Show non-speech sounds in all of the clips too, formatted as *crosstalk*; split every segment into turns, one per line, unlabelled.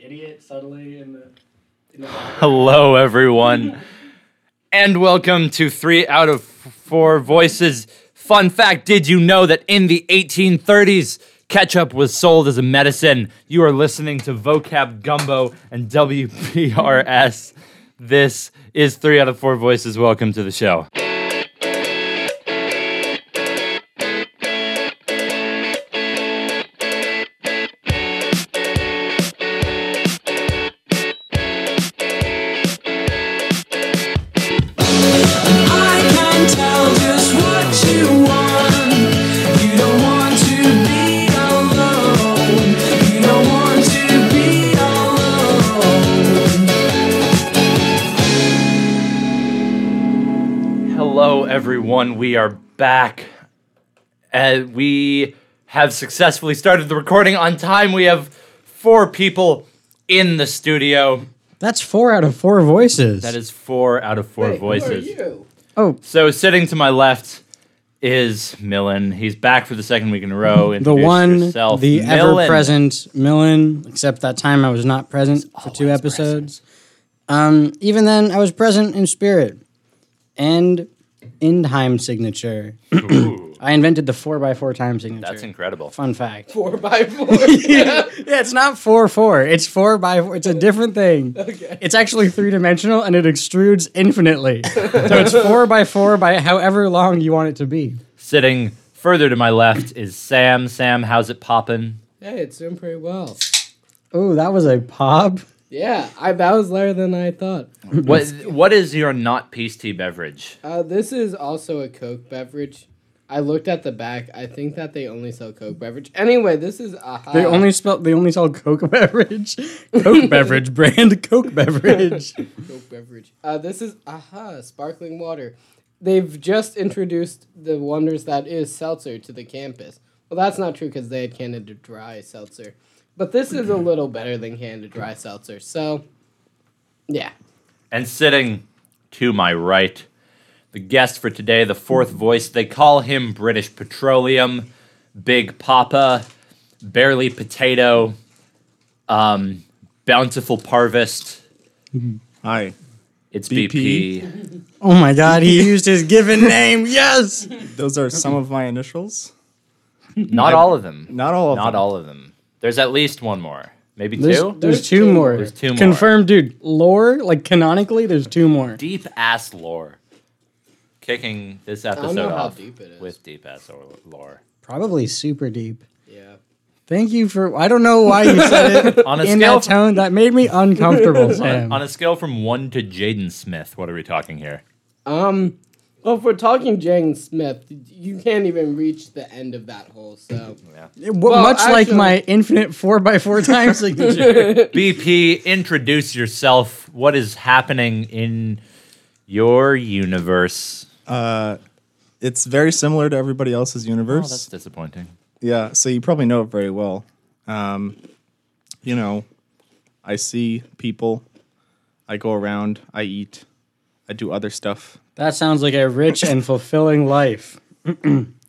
idiot subtly in the. *laughs* In the
Hello, everyone, and welcome to Three Out of Four Voices. Fun fact Did you know that in the 1830s, ketchup was sold as a medicine? You are listening to Vocab Gumbo and WPRS. This is Three Out of Four Voices. Welcome to the show.
I can tell just what you want. You don't want to be alone. You don't want to be alone.
Hello, everyone. We are back. Uh, we have successfully started the recording on time. We have four people in the studio.
That's four out of four voices.
That is four out of four voices.
Who are you?
So, sitting to my left is Millen. He's back for the second week in a row.
the
Introduce
one,
yourself.
the
Millen. *clears throat*
ever-present Millen. Except that time I was not present for two
always
episodes. Um, even then, I was present in spirit and in time signature. I invented the four by four time signature.
That's incredible.
fun fact.
Four *laughs* by four.
*laughs* yeah, it's not four four. It's four by four. It's a different thing. Okay. It's actually three dimensional and it extrudes *laughs* infinitely. so it's four by four by however long you want it to be.
Sitting further to my left is Sam. Sam, how's it
*clears throat*
poppin'?
hey, it's doing pretty well.
Oh, that was a pop.
Yeah, I that was lower than I thought.
What What is your not peace tea beverage?
Uh, this is also a Coke beverage. I looked at the back. I think that they only sell Coke beverage. Anyway, this is aha.
Uh,
They only spell. They only sell Coke *laughs* beverage, Coke beverage brand, Coke beverage.
Coke beverage. Uh, this is aha sparkling water. They've just introduced the wonders that is seltzer to the campus. Well, that's not true because they had Canada Dry seltzer, but this is a little better than Canada Dry seltzer. So, yeah,
And sitting to my right, the guest for today, the fourth voice, they call him British Petroleum, Big Papa, Barely Potato, um, Bountiful Parvest.
Hi.
It's BP.
BP. *laughs*
Oh my God! He used his given name. Yes.
Those are some of my initials.
Not all of them.
Not all of
Not
them.
all of them. There's at least one more. Maybe
There's,
two?
there's two more.
There's two more.
Confirmed, dude. Lore, like canonically, there's two more.
Deep ass lore. Kicking this
I
episode
don't know how
off
deep it is.
with deep ass or- lore.
Probably super deep.
yeah,
Thank you for. I don't know why you said
*laughs*
it
On a
in
scale
that
from,
tone. That made me uncomfortable,
*laughs*
Sam.
on a scale from one to Jaden Smith, what are we talking here?
Um, well, if we're talking Jane Smith, you can't even reach the end of that hole.
*laughs*
So,
It-
well,
much like
actually-
my infinite four by four time signature.
BP, introduce yourself. What is happening in your universe?
Uh, it's very similar to everybody else's
Oh,
universe.
that's disappointing.
yeah, so you probably know it very well. Um, you know, I see people, I go around, I eat, I do other stuff.
that sounds like a rich and fulfilling life.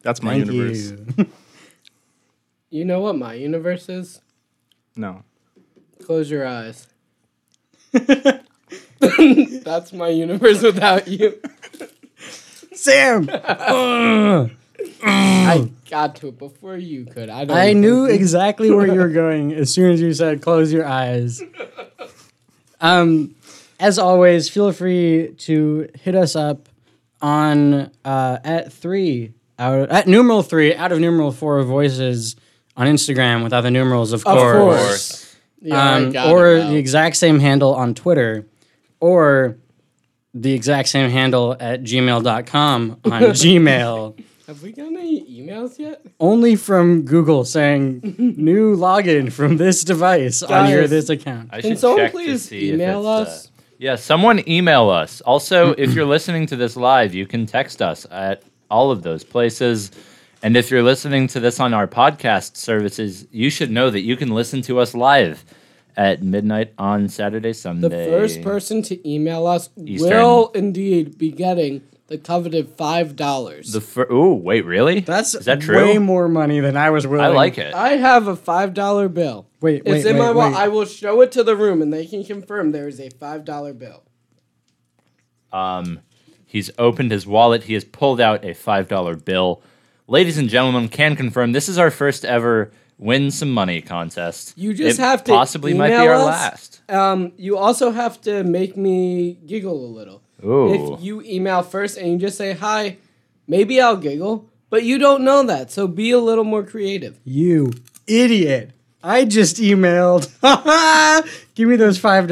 That's my
Thank
universe.
you.
you know what my universe is?
No.
Close your eyes. *laughs* That's my universe without you.
Sam.
I got to it before you could. I don't.
*laughs* I
even
knew
think-
exactly where you were going as soon as you said close your eyes. Um, as always, feel free to hit us up on uh, at three out at numeral three out of numeral four voices on Instagram without the numerals, of course,
Yeah, I
Um,
got
or
it now.
the exact same handle on Twitter, or the exact same handle at gmail.com on *laughs* Gmail
Have we gotten any emails yet?
only from
*laughs*
Google saying new login from this device on your
Guys.
this account.
I
Can
should
someone
check
please
to see if
email
it's, uh,
us?
yeah, someone email us. Also,
*clears throat*
if you're listening to this live, you can text us at all of those places. And if you're listening to this on our podcast services, you should know that you can listen to us live at midnight on Saturday,
The
Sunday.
first person to email us
Eastern.
will indeed be getting a coveted five dollars.
The fir- ooh, wait, really?
That's
is that true?
way more money than I was willing.
I like it.
I have a five dollar bill.
Wait,
it's
wait,
in
wait,
my wallet.
wait.
I will show it to the room, and they can confirm there is a five dollar bill.
Um, he's opened his wallet. He has pulled out a five dollar bill. Ladies and gentlemen, can confirm this is our first ever win some money contest.
You just
It
have to
possibly might be
email
our
us.
last.
Um, you also have to make me giggle a little.
Ooh.
If you email first and you just say hi, maybe I'll giggle, but you don't know that, so be a little more creative.
You idiot. I just emailed. *laughs* Give me those $5,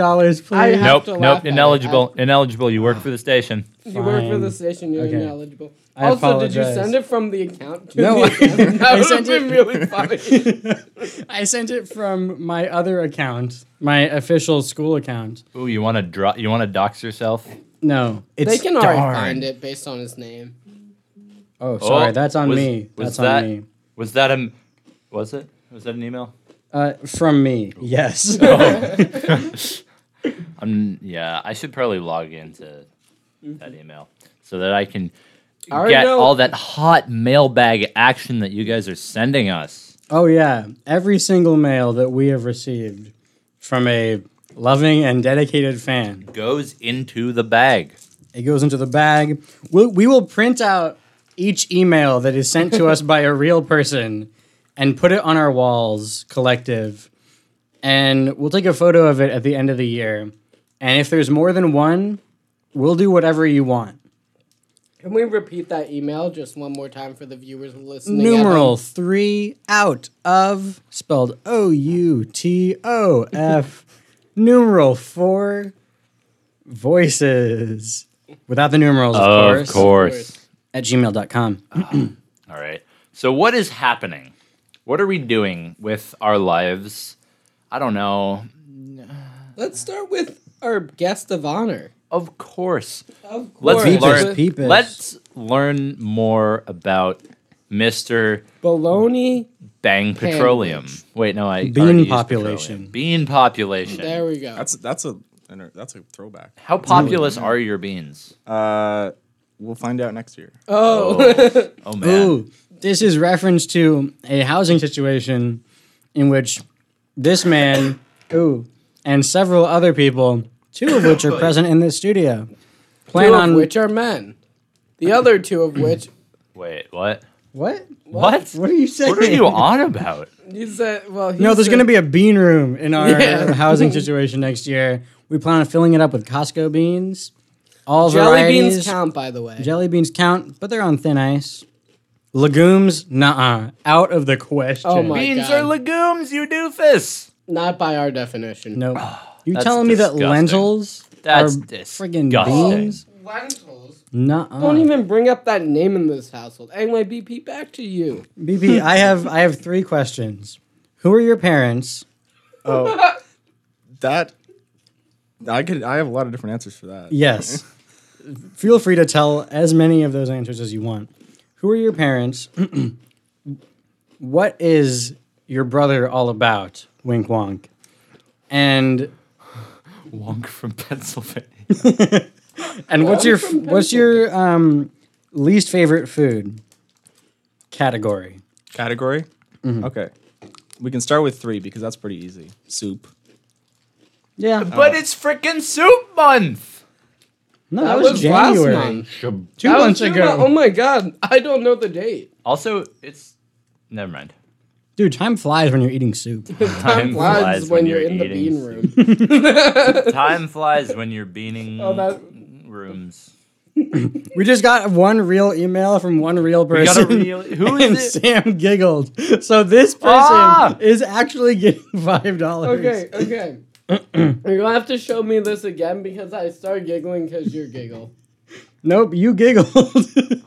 please.
I have-
Nope,
to laugh
nope,
at it.
ineligible, ineligible. You work for the station.
You work for
Fine.
the station, you're
Okay.
ineligible.
I
also, did you
apologize.
send it from the account? To
No,
the *laughs*
I-
account?
I
that would have
sent
been
it-
really
*laughs*
funny.
I sent it from my other account, my official school account.
Ooh, you want to draw? You want to dox yourself?
No, it's
they can already
darn.
find it based on his name.
Oh, sorry,
Oh,
that's on
was-
me.
was
That's
that-
on me.
Was that a? Was it? Was that an email?
Uh, from me,
*laughs*
yes.
I'm. Um, Yeah, I should probably log into that email so that I can
Mm-hmm. I already
get
know-
all that hot mailbag action that you guys are sending us.
oh yeah, every single mail that we have received from a loving and dedicated fan,
Goes into the bag.
it goes into the bag. We'll, we will print out each email that is sent to us by a real person and put it on our walls, collective, and we'll take a photo of it at the end of the year. And if there's more than one, we'll do whatever you want.
Can we repeat that email just one more time for the viewers listening? at
numeral
home?
three out of spelled O U T O F. numeral four voices without the numerals, of, course,
course.
at gmail.com.
Oh, All right. So what is happening? What are we doing with our lives? I don't know.
Let's start with our guest of honor.
Of course.
Of course,
Let's
Peepers,
learn.
peepers.
Let's learn more about Mr.
Baloney.
Bang Petroleum.
Sandwich.
Wait, no, I
Bean
already used
population.
petroleum. Bean population.
There we go.
That's that's a inter- that's a throwback.
How populous are your beans?
Uh, we'll find out next year.
*laughs*
Oh, oh man.
Ooh, this is reference to a housing situation in which this man, ooh, and several other people, two of *laughs* which are present in this studio, plan
two
on
of which are men. The other two of which
Wait, what?
what?
What?
What are you saying?
What are you on about?
he said. Well, he
No, there's
said-
going to be a bean room in our
Yeah. *laughs*
housing situation next year. We plan on filling it up with Costco beans, all
jelly
varieties.
beans count, by the way.
Jelly beans count, but they're on thin ice. Legumes, nah, out of the question.
Oh my-
Beans
God.
are legumes, you doofus.
Not by our definition.
Nope. *gasps* You
That's
telling me
disgusting.
that lentils
That's
are friggin'
disgusting.
beans?
Lentils.
Nuh
Don't even bring up that name in this household. Anyway, BP, back to you.
BB, I have I have three questions. Who are your parents?
Oh, that I could. I have a lot of different answers for that.
Yes. Feel free to tell as many of those answers as you want. Who are your parents? *clears throat* what is your brother all about? Wink wonk. And
Wonk from Pennsylvania.
and what's your f- what's your um, least favorite food category?
Category.
Mm-hmm.
Okay, we can start with three because that's pretty easy. Soup.
Yeah.
But it's freaking soup month.
no, that, was, January. Two
That was
months
two
ago.
mon- Oh my god, I don't know the
*laughs*
date.
Also, it's never mind.
Dude, time flies when you're eating soup.
Time flies when you're in the
eating
bean room.
soup. Time flies when you're beaning
Oh, that-
rooms.
we just got one real email from one real
You gotta
person.
really, who
*laughs* and
is it?
Sam giggled. So this person
Ah!
is actually getting *laughs* five dollars.
Okay,
*clears throat*
okay. You're gonna have to show me this again because I start giggling because you giggle.
Nope, you giggled. *laughs*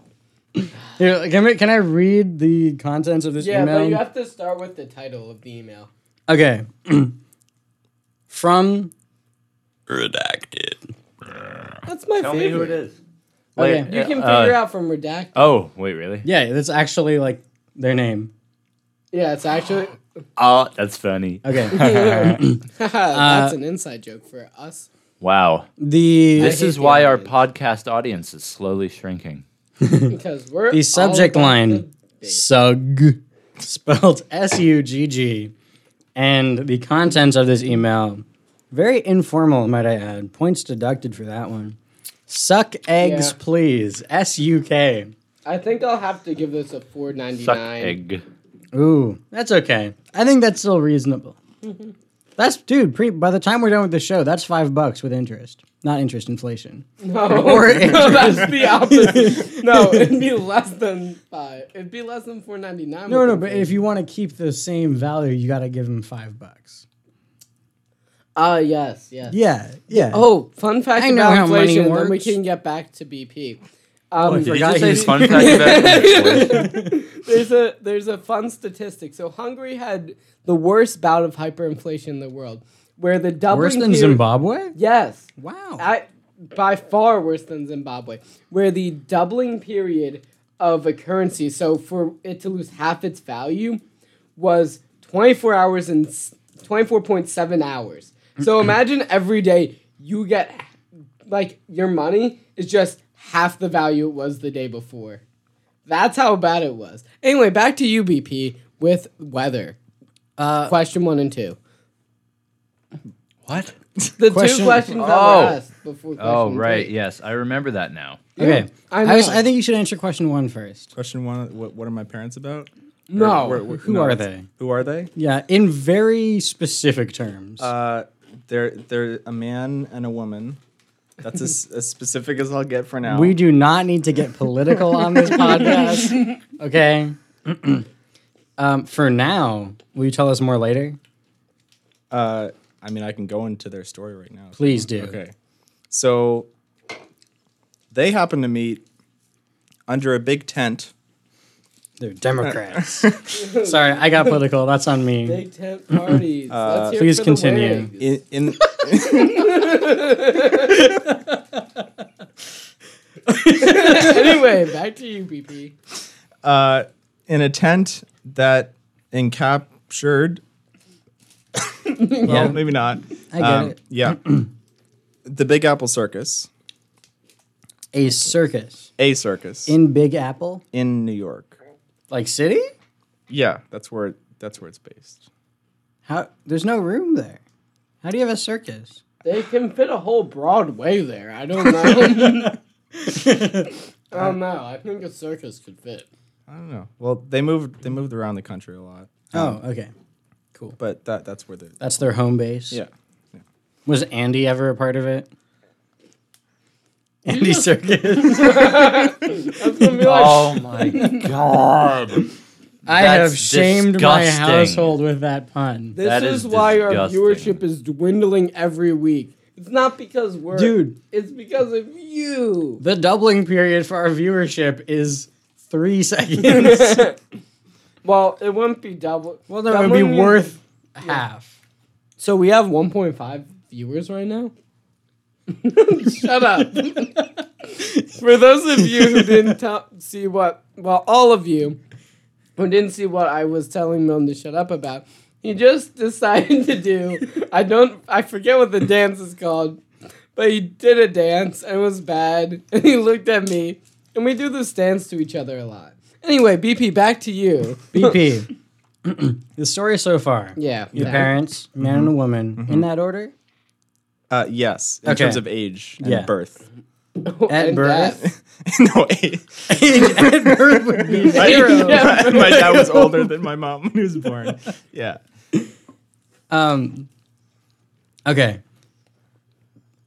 Here, can, I, can I read the contents of this
Yeah,
email?
but you have to start with the title of the email.
okay. *clears throat* From
That's my
Tell me
favorite.
who it is.
Okay.
Wait,
You can
uh,
figure out from redact.
Oh, wait, really?
yeah, that's actually like their name.
Yeah, it's
*laughs*
actually *laughs*
Oh, Ah, that's funny.
Okay. Uh,
that's an inside joke for us.
Wow.
The
This
hate
is
the
why our
audience.
podcast audience is slowly shrinking.
because we're
the subject
all about
line
the-
sug spelled *laughs* s-u-g-g and the contents of this email very informal might i add points deducted for that one suck eggs
Yeah.
please s-u-k
I think I'll have to give this a four ninety
Suck
nine.
egg.
ooh that's okay i think that's still *laughs* reasonable that's dude pre- by the time we're done with the show that's five bucks with interest not interest inflation
*laughs* No,
or *laughs* interest.
that's the opposite. No, it'd be less than five. It'd be less than four ninety nine.
no no but if you want to keep the same value you got to give them five bucks
ah yes yes.
yeah yeah
Oh, fun fact
I know
about
how money
inflation. Then we
works.
can get back to BP. Um,
Okay.
Did
Forgot
you say
you-
fun
*laughs*
fact about
there's a there's a fun statistic. So Hungary had the worst bout of hyperinflation in the world, where the doubling
Worse than
period-
Zimbabwe?
Yes,
Wow.
I, by far worse than Zimbabwe, where the doubling period of a currency, so for it to lose half its value, was 24 hours and s- 24.7 hours. *clears throat* So imagine every day you get, like, your money is just half the value it was the day before. That's how bad it was. Anyway, back to UBP with weather.
Uh,
Question one and two.
*laughs*
What?
The two
Question-
questions that
Oh.
were asked before question
Oh, right.
three.
Yes. I remember that now.
okay.
I
I, was,
know.
I think you should answer question one first.
Question one: What, what are my parents about?
No.
Or wh- wh-
Who
no,
are
it's-
they?
Who are they?
Yeah, in very specific terms.
Uh, they're they're a man and a woman. That's
*laughs*
as, as specific as I'll get for now.
we do not need to get political on
*laughs*
this podcast. Okay. *clears throat* um, for now, will you tell us more later?
Uh, I mean, I can go into their story right now.
Please do.
Okay. So they happen to meet under a big tent.
They're
*laughs*
Democrats. Sorry, I got political. That's on me.
Big tent parties. Let's
Uh,
hear
please
for the
continue.
wigs.
In, in *laughs*
anyway, back to you, BP.
uh, in a tent that
*laughs*
encaptured. well, maybe not.
I get
Um,
it. *clears throat*
Yeah. the Big Apple Circus,
A circus
a circus in,
in Big Apple,
New York.
like city?
Yeah, that's where it, that's where it's based.
How? There's no room there. How do you have a circus?
They can fit a whole Broadway there. I don't
*laughs*
know. I don't know. I think a circus could fit.
I don't know. Well, they moved they moved around the country a lot, Um,
Oh, okay.
but that that's where the
That's their home base.
yeah.
Was Andy ever a part of it? Andy Circus.
That's gonna be like,
Oh my god.
*laughs*
*laughs*
I
That's
have shamed my
disgusting.
household with that pun.
this
that
is,
is
why
disgusting.
our viewership is dwindling every week. It's not because we're
Dude.
It's because of you.
*laughs*
The doubling period for our viewership is three *laughs* seconds.
Well, it wouldn't be double.
well, no, it would be
doubling-
worth half.
So we have 1.5 viewers right now. *laughs* Shut up.
*laughs*
For those of you who *laughs* didn't tell, see what, well, all of you who didn't see what I was telling Milne to shut up about, he just *laughs* decided to do. I don't. I forget what the dance is called, but he did a dance and it was bad. *laughs* And he looked at me, and we do this dance to each other a lot. Anyway, BP, back to you.
BP. *clears throat* the story so far.
Yeah.
Your
that.
parents, man and a woman, in that order. *laughs*
Uh, yes, in
Okay.
terms of age and
Yeah.
birth. *laughs*
At
And
birth.
death.
no, *laughs*
*laughs*
age.
At birth would be zero.
Yeah.
my, my dad was older than my mom when he
*laughs*
was born. Yeah.
Um. Okay.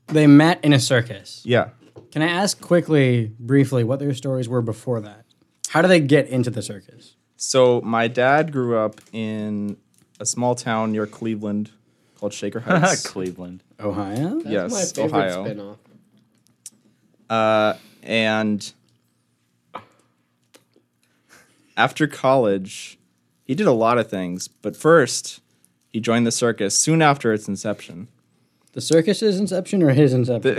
They met in a circus.
Yeah.
Can I ask quickly, briefly, what their stories were before that? How do they get into the circus?
So my dad grew up in a small town near Cleveland called Shaker Heights.
Cleveland.
Ohio?
That's
Yes,
my favorite
Ohio.
spin-off.
uh, and after college, he did a lot of things, but first, he joined the circus soon after
*laughs*
its inception.
The circus's inception or his inception?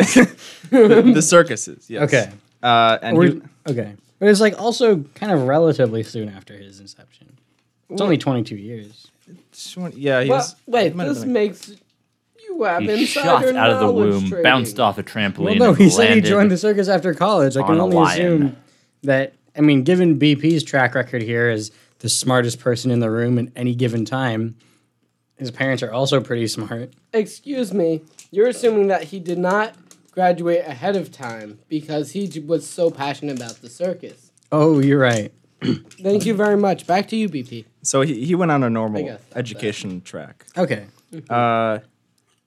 the, the circuses, yes.
Okay.
Uh, and
Or-
he-
okay. But it's like also kind of relatively soon after his inception. It's only 22 years.
Just want- yeah, he
Well,
was.
wait,
he might have
this
been a-
makes You have
He shot
insider
out of the
knowledge
womb,
trading.
bounced off a trampoline,
Well, no,
and
he said he
landed.
joined the circus after college. I
on
can
a
only
lion.
assume that. I mean, given BP's track record here as the smartest person in the room at any given time, his parents are also pretty smart.
Excuse me. You're assuming that he did not graduate ahead of time because he j- was so passionate about the circus.
Oh, you're right.
Thank you very much. Back to you, BP.
So he, he went on a
I
normal
guess that's
education track.
Okay.
Uh,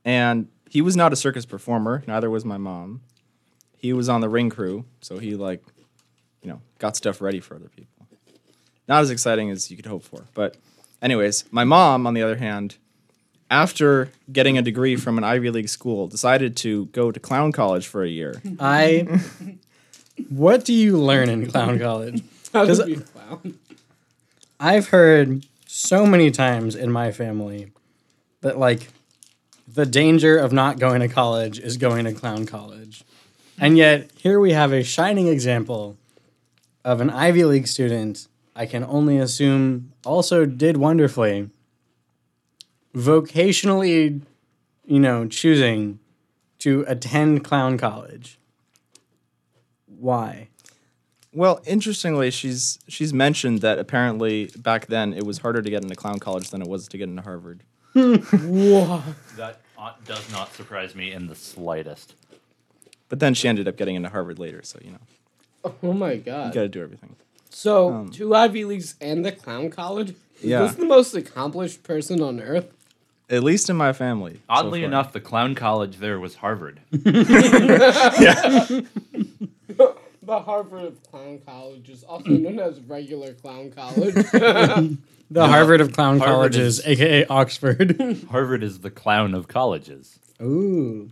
and he was not a circus performer. Neither was my mom. He was on the ring crew, so he like, you know, got stuff ready for other people. Not as exciting as you could hope for, but anyways, my mom, on the other hand, after getting a degree from an Ivy League school, decided to go to clown college for a year.
I. what do you learn in clown college?
How did
Does-
we- wow.
I've heard so many times in my family that like the danger of not going to college is going to clown college. And yet here we have a shining example of an Ivy League student I can only assume also did wonderfully vocationally you know choosing to attend clown college. Why?
Well, interestingly, she's she's mentioned that apparently back then it was harder to get into clown college than it was to get into Harvard.
That uh, does not surprise me in the slightest.
But then she ended up getting into Harvard later, so you know,
*laughs* Oh my
you
god.
got to do everything.
So, two Ivy Leagues and the Clown College? Is
Yeah.
this the most accomplished person on earth?
At least in my family. so
Oddly
far.
enough, the clown college there was Harvard.
The Harvard of Clown College is also known as regular Clown College.
The Harvard of clown
Harvard
colleges,
is-
aka Oxford. *laughs*
Harvard is the clown of colleges,
Ooh.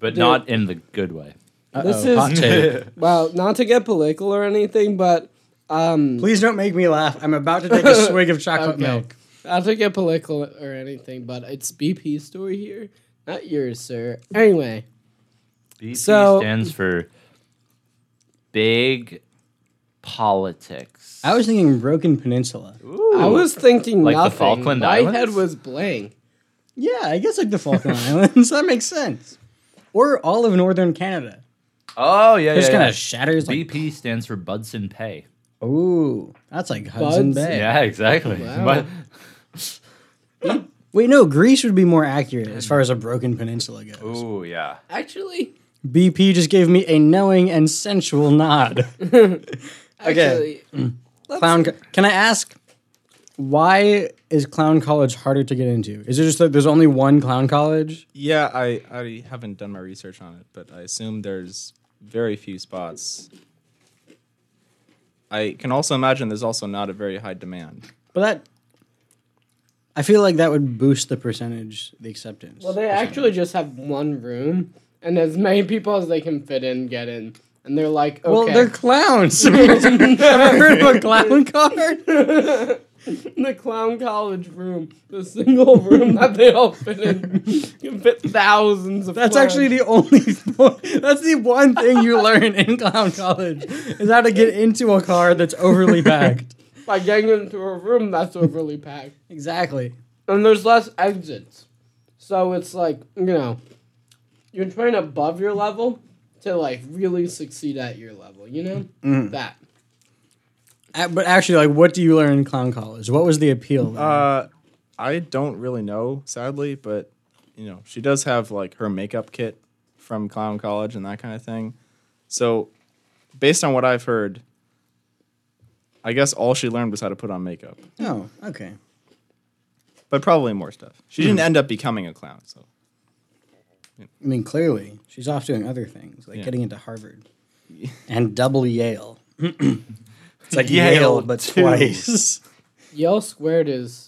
but not in the good way.
this is *laughs* well, not to get political or anything, but um,
Please don't make me laugh. I'm about to take
*laughs*
a swig of chocolate
Okay.
milk.
not to get political or anything, but it's BP's story here, not yours, sir. Anyway,
BP
So-
stands for big politics.
I was thinking Broken Peninsula.
I was thinking
Like the
nothing.
Falkland
My
Islands?
head was blank.
Yeah, I guess like the *laughs* Falkland Islands. That makes sense. Or all of northern Canada.
Oh yeah,
It just
yeah,
kind
yeah.
of shatters like,
BP stands for Budson Pay.
ooh, that's like Hudson
Buds.
Bay.
Yeah, exactly. But
Wait, no, Greece would be more accurate as far as a Broken Peninsula goes.
ooh, yeah.
Actually,
BP just gave me a knowing and sensual nod. *laughs*
actually,
Clown, co- can I ask why is Clown College harder to get into? Is it just that there's only one Clown College?
Yeah, I, I haven't done my research on it, but I assume there's very few spots. I can also imagine there's also not a very high demand.
But that, I feel like that would boost the percentage, the acceptance.
well, they actually just have one room, and as many people as they can fit in get in, and they're like, okay.
Well,
*laughs*
they're clowns. *laughs* Ever heard of a clown car?
the clown college room, the single room *laughs* that they all fit in, you can fit thousands of.
That's
clowns.
actually the only. That's the one thing you learn in clown college is how to get into a car that's
*laughs*
overly packed.
by getting into a room that's overly packed,
exactly.
and there's less exits, so it's like you know, you're trying above your level to like really succeed at your level. You know that.
Uh, But actually, like, what do you learn in clown college? What was the appeal?
Hmm.
Uh, I don't really know, sadly, but you know she does have like her makeup kit from clown college and that kind of thing. So, based on what I've heard, I guess all she learned was how to put on makeup,
oh, okay.
but probably more stuff. She didn't
Hmm.
end up becoming a clown,
*laughs*
so
I mean, clearly, she's off doing other things, like
Yeah.
getting into Harvard and double Yale. it's like
Yale
Yale, but
too.
twice.
Yale squared is.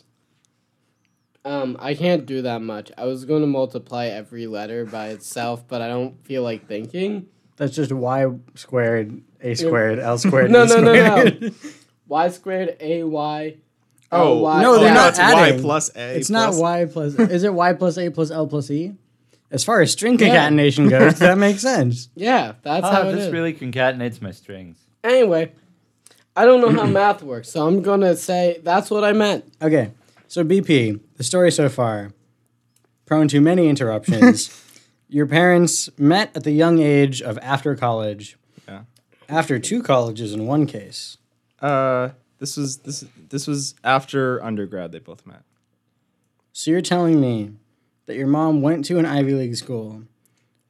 Um, I can't do that much. I was going to multiply every letter by itself, but I don't feel like thinking.
That's just y squared, a squared, l squared.
No,
D
no, no, no.
squared.
Y squared, A Y.
Oh,
Y-
No, they're
oh,
not
it's
adding.
Y plus A.
It's not
plus-
y plus. Is it y plus a plus l plus e? As far as string concatenation goes, that makes sense.
Yeah, that's how
Ah,
it
this
is.
really concatenates my strings.
anyway, I don't know how math works, so I'm going to say that's what I meant.
Okay, so BP, the story so far, prone to many interruptions. Your parents met at the young age of after college.
Yeah.
After two colleges in one case.
Uh, this was this this was after undergrad. They both met.
So you're telling me that your mom went to an Ivy League school,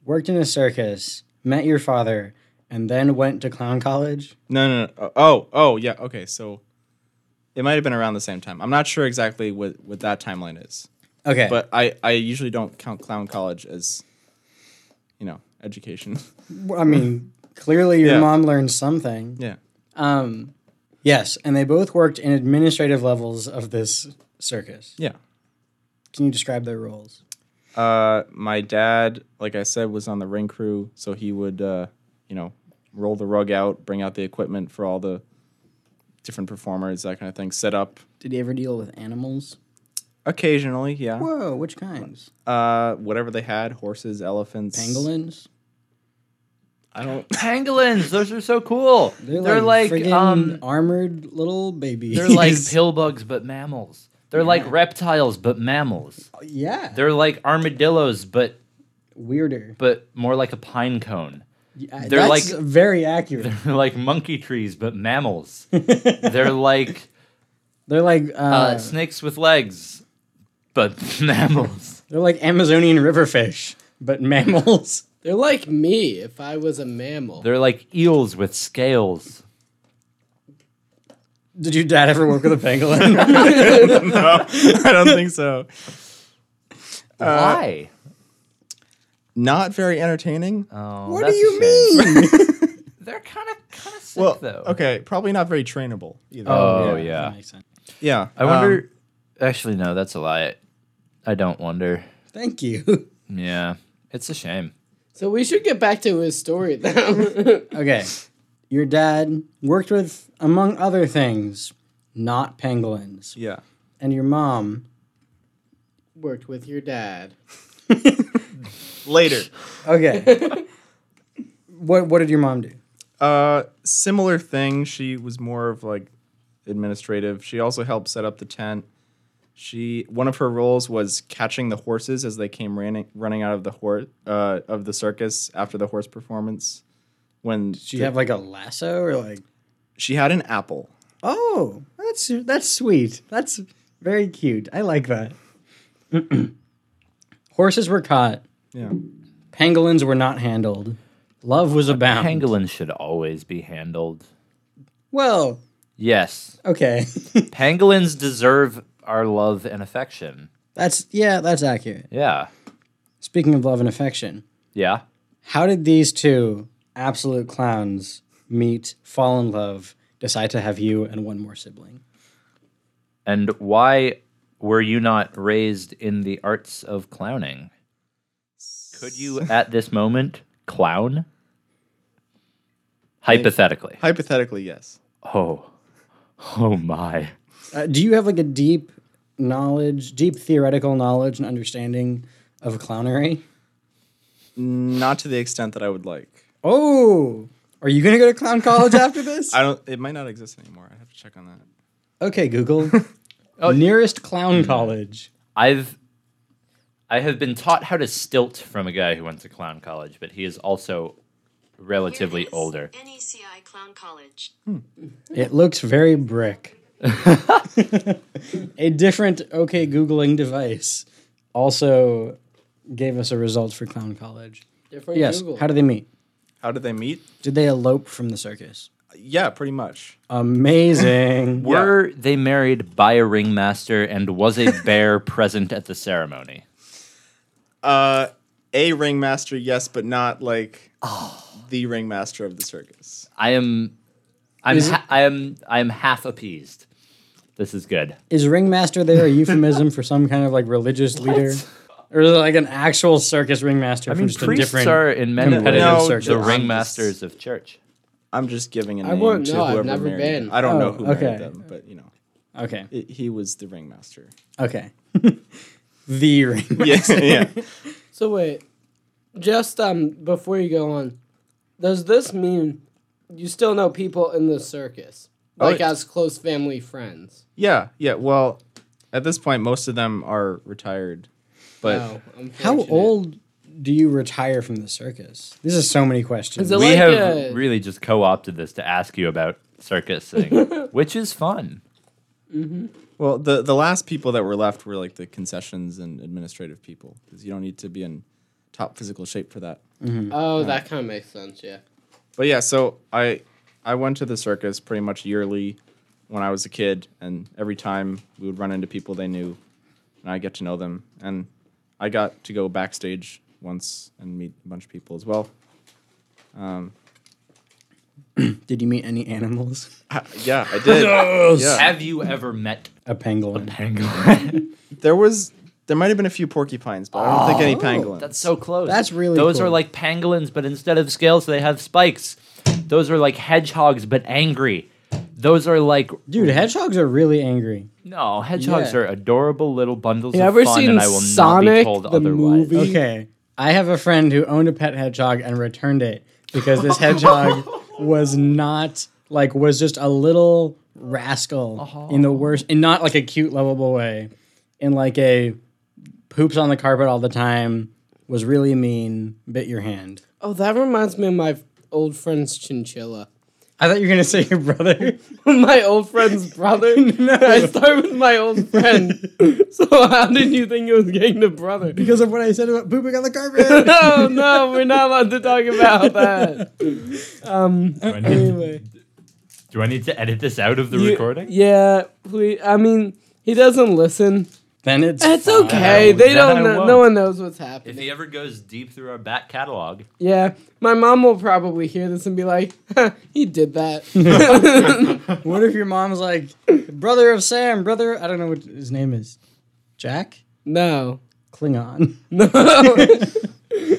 worked in a circus, met your father, and then went to clown college?
No, no, no. Oh, oh, yeah. Okay, so it might have been around the same time. I'm not sure exactly what what that timeline is,
Okay.
but I I usually don't count clown college as, you know, education. *laughs*
Well, I mean, clearly your
Yeah.
mom learned something.
yeah.
Um, yes, and they both worked in administrative levels of this circus.
Yeah.
Can you describe their roles?
Uh, my dad, like I said, was on the ring crew, so he would, uh, you know, roll the rug out, bring out the equipment for all the different performers, that kind of thing. Set up
Did he ever deal with animals?
occasionally, yeah.
Whoa, which kinds?
Uh, whatever they had, horses, elephants, *laughs*
Pangolins?
I don't.
Pangolins, those are so cool. They're, like,
friggin'
um,
armored little babies.
they're
*laughs*
like pill bugs but mammals. They're like reptiles but mammals.
yeah,
They're like armadillos but
weirder.
but more like a pine cone. *laughs*
Yeah,
they're
that's
like-
very accurate.
They're like monkey trees but *laughs* mammals. They're like
They're like uh,
uh, snakes with legs but *laughs* mammals.
they're like Amazonian riverfish, but *laughs* mammals.
They're like me if I was a mammal.
They're like eels with scales.
Did your dad ever work with a pangolin?
I don't think so.
Why?
Not very entertaining.
Oh,
*laughs* what do
that's a shame.
you mean?
*laughs* They're kind of kind of sick
well,
though.
okay, probably not very trainable either.
Oh yeah.
That makes sense.
yeah. Um,
I wonder. actually, no, that's a lie. I don't wonder.
Thank you. *laughs*
Yeah, it's a shame.
so we should get back to his story now.
Okay. Your dad worked with, among other things, not pangolins.
yeah.
And your mom.
*laughs* Worked with your dad.
Later.
Okay.
*laughs*
what what did your mom do?
Uh, similar thing. She was more of like administrative. She also helped set up the tent. She one of her roles was catching the horses as they came running running out of the horse uh, of the circus after the horse performance. When
Did she have like a lasso or like
she had an apple.
Oh, that's that's sweet. That's very cute. I like that. *clears throat* Horses were caught.
Yeah.
Pangolins were not handled. Love was abound.
Pangolins should always be handled.
Well,
Yes,
okay. *laughs*
pangolins deserve our love and affection.
that's yeah, that's accurate.
Yeah,
Speaking of love and affection,
yeah.
how did these two absolute clowns meet, fall in love, decide to have you and one more sibling?
And why were you not raised in the arts of clowning? Could you, at this moment, clown? Hypothetically.
Hypothetically, yes.
Oh, oh my.
Uh, do you have like a deep knowledge, deep theoretical knowledge and understanding of clownery?
Not to the extent that I would like.
Oh, are you gonna go to clown college
*laughs*
after this?
I don't. It might not exist anymore. I have to check on that.
*laughs*
okay, Google.
Oh.
Nearest clown college.
I've I have been taught how to stilt from a guy who went to clown college, but he is also relatively
Here it is.
older.
NECI Clown College.
It looks very brick.
*laughs*
a different okay googling device also gave us a result for clown college.
Different
Yes.
Google.
How did they meet?
How did they meet?
Did they elope from the circus?
Yeah, pretty much.
*laughs*
Amazing.
Yeah.
Were they married by a ringmaster and was a *laughs* bear present at the ceremony?
Uh, a ringmaster, yes, but not like
Oh.
the ringmaster of the circus.
I am I'm ha- I am I am half appeased. This is good.
Is ringmaster there a euphemism for some kind of like religious leader? Or is it like an actual circus ringmaster
I
from
mean,
just a
priests
different
are in many ways
competitive
No,
circus?
the
just-
ringmasters of church.
I'm just giving a
I
name
wouldn't
to
know, I've
whoever
never
married
been.
them. I don't
Oh,
know who
okay.
married them, but you know,
Okay.
it, he was the ringmaster. *laughs*
Okay. *laughs* the ring.
*laughs*
Yes, yeah.
So wait, just um before you go on, does this mean you still know people in the circus,
Oh,
like
yeah.
as close family friends?
yeah, yeah. Well, at this point, most of them are retired But
Wow,
How
unfortunate.
old do you retire from the circus? These are so many questions.
Is it
we
like
have
a-
really just co-opted this to ask you about *laughs* circusing, which is fun.
well, the the last people that were left were like the concessions and administrative people because you don't need to be in top physical shape for that.
Oh, that kind of makes sense. Yeah.
But yeah, so I I went to the circus pretty much yearly when I was a kid, and every time we would run into people they knew, and I get to know them, and I got to go backstage once and meet a bunch of people as well.
Did you meet any animals?
I- yeah, I did.
*laughs*
Yeah.
Have you ever met
A pangolin.
penguin?
There was there might have been a few porcupines, but I don't think any pangolins.
That's so close.
That's really
Those
cool.
are like pangolins, but instead of scales, they have spikes. Those are like hedgehogs, but angry. Those are like
Dude, hedgehogs are really angry.
no hedgehogs
Yeah.
are adorable little bundles
You
of
ever
fun,
seen
and I will not be
Sonic
told
the
otherwise.
movie?
Okay. I have a friend who owned a pet hedgehog and returned it because this *laughs* hedgehog was not like was just a little rascal in the worst in not like a cute lovable way. In like a poops on the carpet all the time, was really mean, bit your hand.
Oh, that reminds me of my old friend's chinchilla. *laughs*
I thought you were gonna say your *laughs* brother.
my old friend's brother.
*laughs*
no. I start with my old friend. so how did you think it was getting the brother?
because of what I said about pooping on the *laughs* carpet.
*laughs*
*laughs*
no, no, we're not allowed to talk about that. Um.
Do I need-
Anyway.
do I need to edit this out of the
You-
recording?
Yeah. Please. I mean, he doesn't listen.
then it's
It's
fine.
okay.
No,
they
no,
don't. know,
won't.
no one knows what's
If
happening.
he ever goes deep through our back catalog,
yeah. My mom will probably hear this and be like, *laughs* "Huh, "He did
*laughs*
that." *laughs*
What if your mom's like, brother of Sam, brother? I don't know what his name is. Jack?
no.
Klingon. *laughs*
No. *laughs*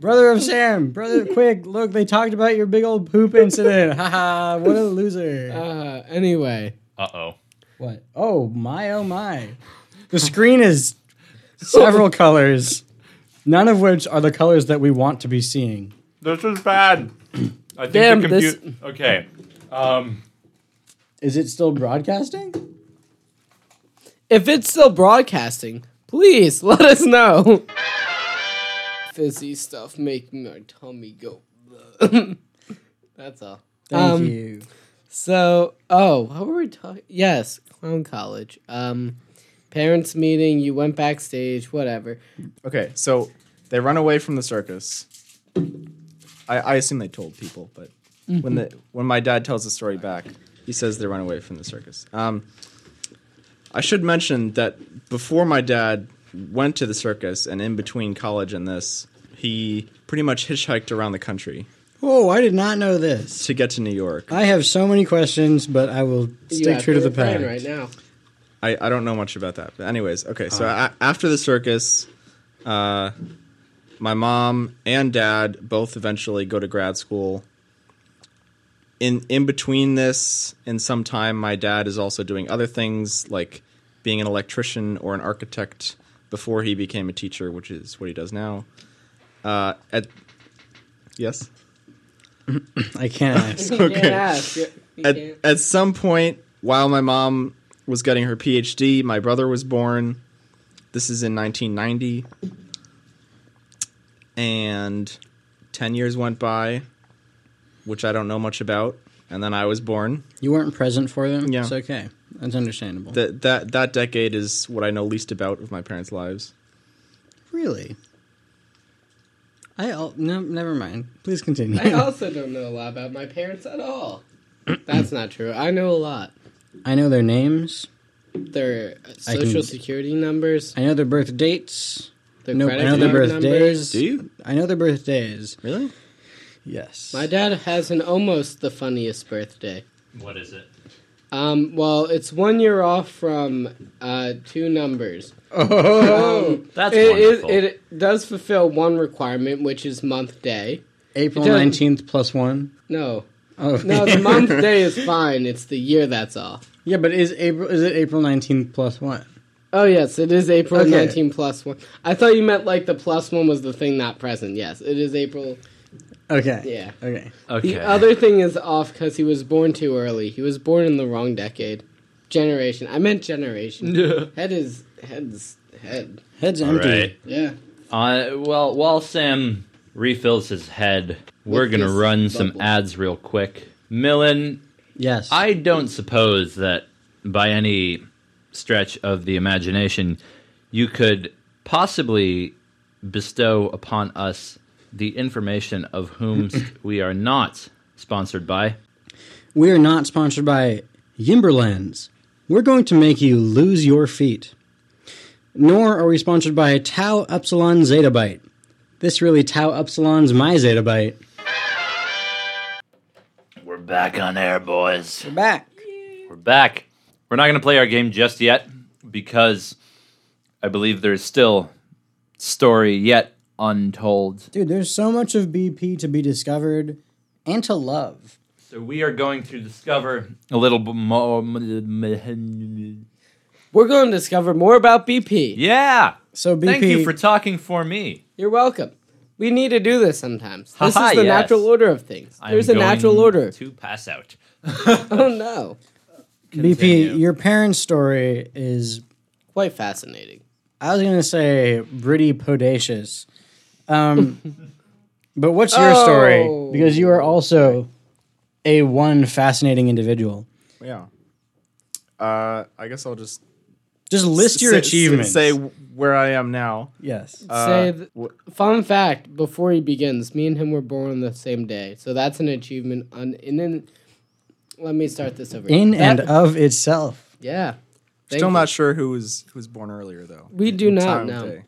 brother of Sam, brother, quick, look, they talked about your big old poop incident. *laughs* Haha, what a loser.
Uh, anyway,
uh oh.
What? Oh, my, oh, my. The screen is several colors, none of which are the colors that we want to be seeing.
This is bad. I think
Damn, this- compu-
Okay. Um.
Is it still broadcasting?
if it's still broadcasting, please let us know. *laughs* Fizzy stuff make my tummy go. *laughs* That's all.
Thank
Um,
you.
So, oh, what were we talking? Yes, clown college. Um, parents meeting. You went backstage. Whatever.
Okay, so they run away from the circus. I, I assume they told people, but when the when my dad tells the story back, he says they run away from the circus. Um, I should mention that before my dad went to the circus and in between college and this, he pretty much hitchhiked around the country
Oh, I did not know this.
to get to New York.
I have so many questions, but I will
You
stick
have
true to the
refrain
path.
right
*laughs*
now.
I, I don't know much about that. But anyways, okay. So a- after the circus, uh, my mom and dad both eventually go to grad school. In in between this and some time, my dad is also doing other things like being an electrician or an architect before he became a teacher, which is what he does now. Uh, at yes.
*laughs*
I can't ask.
You can't ask. You, you
at,
can't.
at some point while my mom was getting her phd my brother was born this is in 1990 and 10 years went by which i don't know much about and then i was born
You weren't present for them?
Yeah.
It's okay. That's understandable.
that that that decade is what i know least about of my parents lives
really? I al- no, never mind. Please continue.
I also don't know a lot about my parents at all. That's not true. I know a lot.
I know their names.
Their uh,
I
social
can-
security numbers.
I know their birth dates.
Their
No, I
credit
know their
card
birthdays.
numbers.
Do you?
I know their birthdays.
really
Yes.
My dad has an almost the funniest birthday.
What is it?
Um, well, it's one year off from uh, two numbers.
oh,
That's
It, is,
wonderful.
it does fulfill one requirement, which is month day.
April
it does-
nineteenth plus one.
No,
Oh
no,
*laughs*
*laughs*
the month day is fine. It's the year that's off.
yeah, but is April? Is it April nineteenth plus one?
Oh yes, it is April
Okay.
nineteen plus one. I thought you meant like the plus one was the thing not present. Yes, it is April.
Okay.
Yeah.
Okay.
okay.
The other thing is off because he was born too early. He
*laughs*
was born in the wrong decade, generation. I meant generation. head is head's head.
Head's
All
empty.
right.
Yeah.
Uh, well, while Sam refills his head, we're
With
gonna
this
run some
bubble.
ads real quick. Millen,
Yes.
I don't suppose that by any stretch of the imagination you could possibly bestow upon us the information of
*laughs*
whom we are not sponsored by.
We are not sponsored by Yimberlands. We're going to make you lose your feet. Nor are we sponsored by Tau Upsilon Zeta Byte. This really Tau Upsilon's my Zeta Byte.
We're back on air, boys.
Back.
We're back. We're not going to play our game just yet because I believe there is still story yet untold.
Dude, there's so much of BP to be discovered and to love.
So we are going to discover a little bit more.
We're going to discover more about BP.
Yeah.
So BP,
Thank you for talking for me.
You're welcome. We need to do this sometimes. This
Haha,
is the
yes.
natural order of things.
I'm
There's a
going
natural order.
to pass out.
*laughs* oh no.
BP, your parents' story is
Quite fascinating.
I was gonna say pretty podacious. Um,
*laughs*
but what's your story?
Oh.
Because you are also a one fascinating individual.
Yeah. Uh, I guess I'll just
Just list your
say-
achievements.
Say uh, where I am now.
yes.
Uh,
Say th-
wh-
fun fact before he begins, me and him were born on the same day. So that's an achievement on in an let me start this over.
In and
That-
of itself.
Yeah. Thank
Still
you.
not sure who was who was born earlier though.
We do not
Time of
know.
day.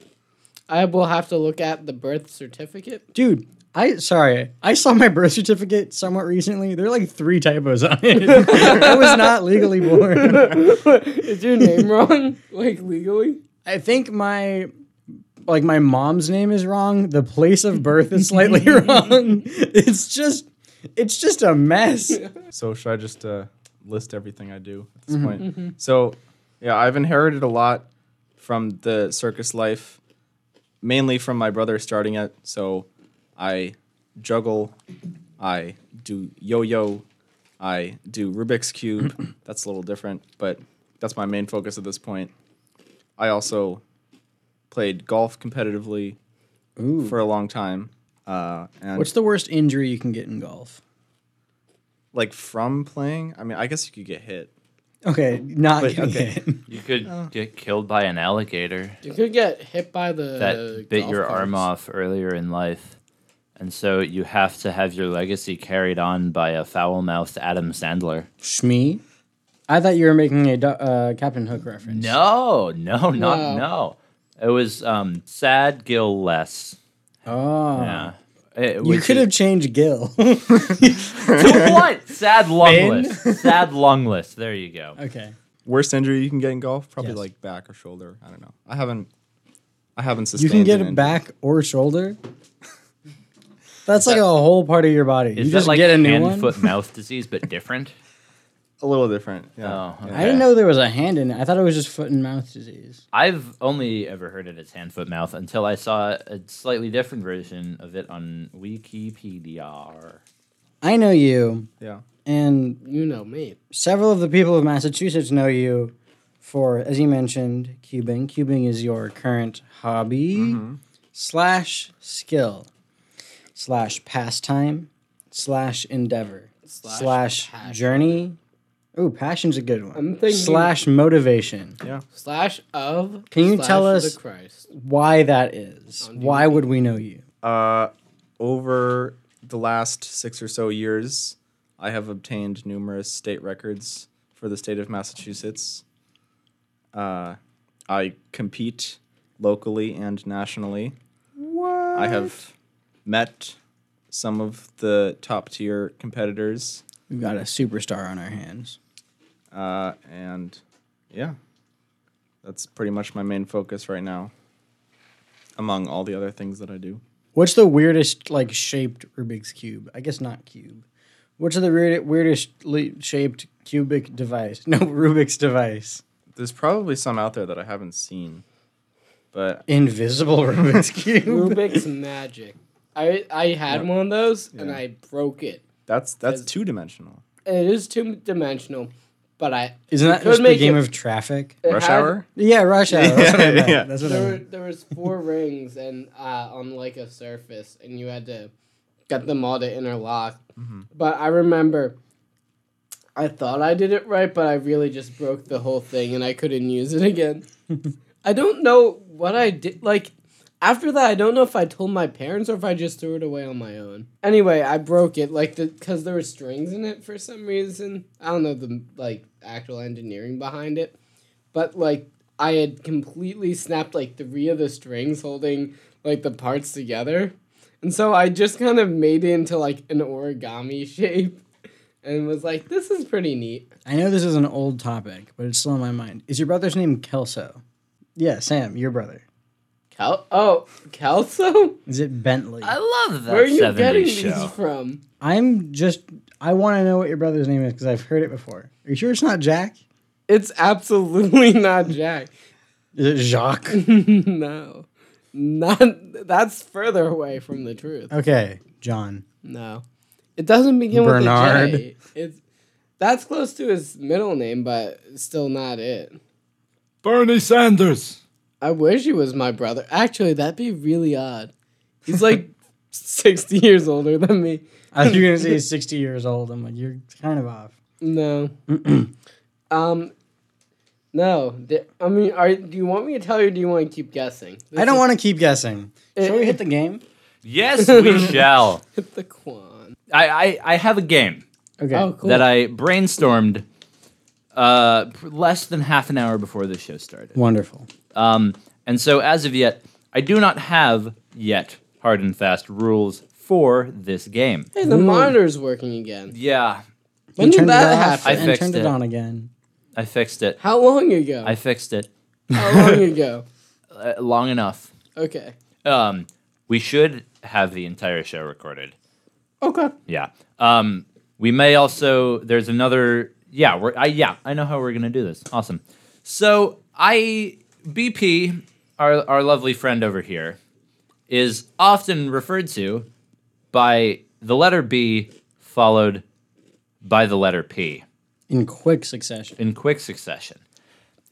I will have to look at the birth certificate. *laughs*
Dude, I sorry. I saw my birth certificate somewhat recently. There are like three typos on
*laughs*
it. *laughs* I was not legally born.
Is your
*laughs*
name wrong? Like legally?
I think my like my mom's name is wrong. The place of birth is slightly *laughs* wrong. It's just it's just a mess.
So should I just uh, list everything I do at this point? So, yeah, I've inherited a lot from the circus life, mainly from my brother starting it. So, I juggle, I do yo-yo, I do Rubik's cube. that's a little different, but that's my main focus at this point. I also played golf competitively for a long time. Uh, and
What's the worst injury you can get in golf?
like from playing, I mean, I guess you could get hit.
Okay, not
Wait,
getting
okay.
hit. *laughs*
You could
Oh.
get killed by an alligator
You could get hit by the
that bit
Uh, golf
your arm
carts.
off earlier in life. And so you have to have your legacy carried on by a foul mouthed Adam Sandler.
Shmee. I thought you were making a Do- uh, Captain Hook reference.
No, no, *laughs* not
Wow.
no. It was um, Sad Gill Less.
Oh.
Yeah. It-
You
which
could
is-
have changed Gil.
*laughs* To what?
*laughs*
Sad Lungless. Sad Lungless. There you go.
okay.
worst injury you can get in golf probably
Yes.
like back or shoulder i don't know i haven't i haven't sustained
You can get
an
a
injury.
back or shoulder. That's like a whole part of your body.
Is
you
that
just
like
get a new
hand,
one. *laughs*
foot, mouth disease, but different?
a little different yeah
Oh,
I didn't know there was a hand in it. I thought it was just foot and mouth disease.
I've only ever heard it as hand, foot, mouth until I saw a slightly different version of it on Wikipedia.
I know you,
yeah
and
You know me.
several of the people of Massachusetts know you for, as you mentioned, cubing. Cubing is your current hobby
Mm-hmm.
slash skill slash pastime slash endeavor
Slash
slash,
passion.
journey. Ooh, passion's a good one.
I'm thinking-
slash motivation.
Slash of.
Can you
slash
tell
the
us-
Christ.
Why that is? Why would we know you?
uh over the last six or so years i have obtained numerous state records for the state of massachusetts uh i compete locally and nationally what? i have met some of the top tier competitors
We've got a superstar on our hands.
Uh, and yeah, that's pretty much my main focus right now, among all the other things that I do.
What's the weirdest like shaped Rubik's cube? I guess not cube. What's the weird, weirdest le- shaped cubic device? *laughs* No, Rubik's device.
There's probably some out there that I haven't seen, but
Invisible *laughs* *laughs* Rubik's cube.
*laughs*
Rubik's Magic. I I had one of those and I broke it.
that's that's
Does-
two dimensional.
It is two dimensional, but I
Isn't that
Could
just the
make
game
it-
of traffic?
it
Rush
had-
hour?
Yeah, Rush Hour. That's what I meant.
Yeah.
That's what I
There were
meant.
there was
*laughs*
four rings and uh, on like a surface, and you had to get them all to interlock.
Mm-hmm.
But I remember, I thought I did it right, but I really just broke the whole thing, and I couldn't use it
*laughs*
again. I don't know what I did. Like after that, I don't know if I told my parents or if I just threw it away on my own. Anyway, I broke it like the because there were strings in it for some reason. I don't know the like actual engineering behind it, but like I had completely snapped like three of the strings holding like the parts together. And so I just kind of made it into like an origami *laughs* shape and was like, this is pretty neat.
I know this is an old topic, but it's still in my mind. Is your brother's name Kelso? Yeah, Sam, your brother.
Kel- oh, Kelso?
Is it Bentley?
I love that
Where are you
70s
getting
show.
these from?
I'm just. I want to know what your brother's name is because I've heard it before. Are you sure it's not Jack?
It's absolutely *laughs* not Jack.
Is it Jacques?
no. Not that's further away from the truth.
okay, John.
No. It doesn't begin
Bernard.
with a J. It's that's close to his middle name, but still not it.
Bernie Sanders.
I wish he was my brother. Actually, that'd be really odd. He's like *laughs* 60 years older than me.
*laughs* I thought you were gonna say he's 60 years old. I'm like, you're kind of off.
No. *clears throat* um, no. Th- I mean, are, do you want me to tell you or do you want to keep guessing?
I don't want to keep guessing. Shall we hit the game?
Yes,
*laughs*
we shall.
to hit the Quan.
I, I, I have a game
Okay.
Oh, cool.
that I brainstormed uh, pr- less than half an hour before the show started.
Wonderful.
Um, and so, as of yet, I do not have yet hard and fast rules for this game.
hey, the monitor's working again.
Yeah,
When
You
did
turned it
that
off
happen?
I
and
fixed
turned it.
it.
on again.
I fixed it.
How long ago?
I fixed it
How long
*laughs*
ago?
uh, long enough.
Okay.
Um, we should have the entire show recorded.
Okay.
Yeah. Um, we may also. There's another. Yeah. We're. I, yeah. I know how we're gonna do this. Awesome. So I BP, our our lovely friend over here, is often referred to by the letter B followed by the letter P
In quick succession.
in quick succession,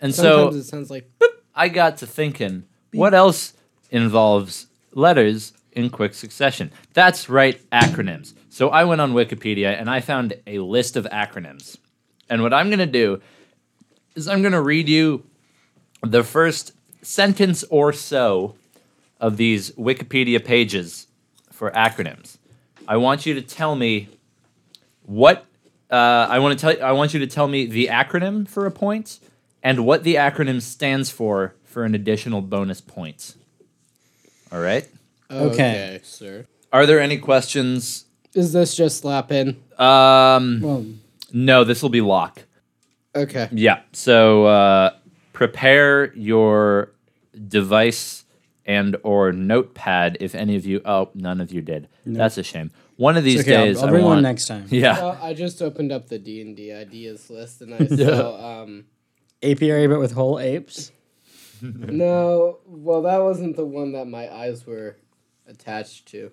and
Sometimes
so
it sounds like
I got to thinking, what else involves letters in quick succession? That's right, acronyms. So I went on Wikipedia and I found a list of acronyms. And what I'm going to do is I'm going to read you the first sentence or so of these Wikipedia pages for acronyms. I want you to tell me what uh, I want to tell. I want you to tell me the acronym for a point and what the acronym stands for for an additional bonus point. All right.
Okay.
sir.
Are there any questions?
Is this just slap in?
Um,
Well,
no, this will be lock.
Okay.
Yeah. So uh, prepare your device and or notepad if any of you. Oh, none of you did. That's a shame. One of these
okay, I'll-
days,
I'll, bring
I want.
one next time.
Yeah.
*laughs* Well, I just opened up the D and D ideas list, and
*laughs*
I saw um
Apiary, but with whole apes.
no. Well, that wasn't the one that my eyes were attached to.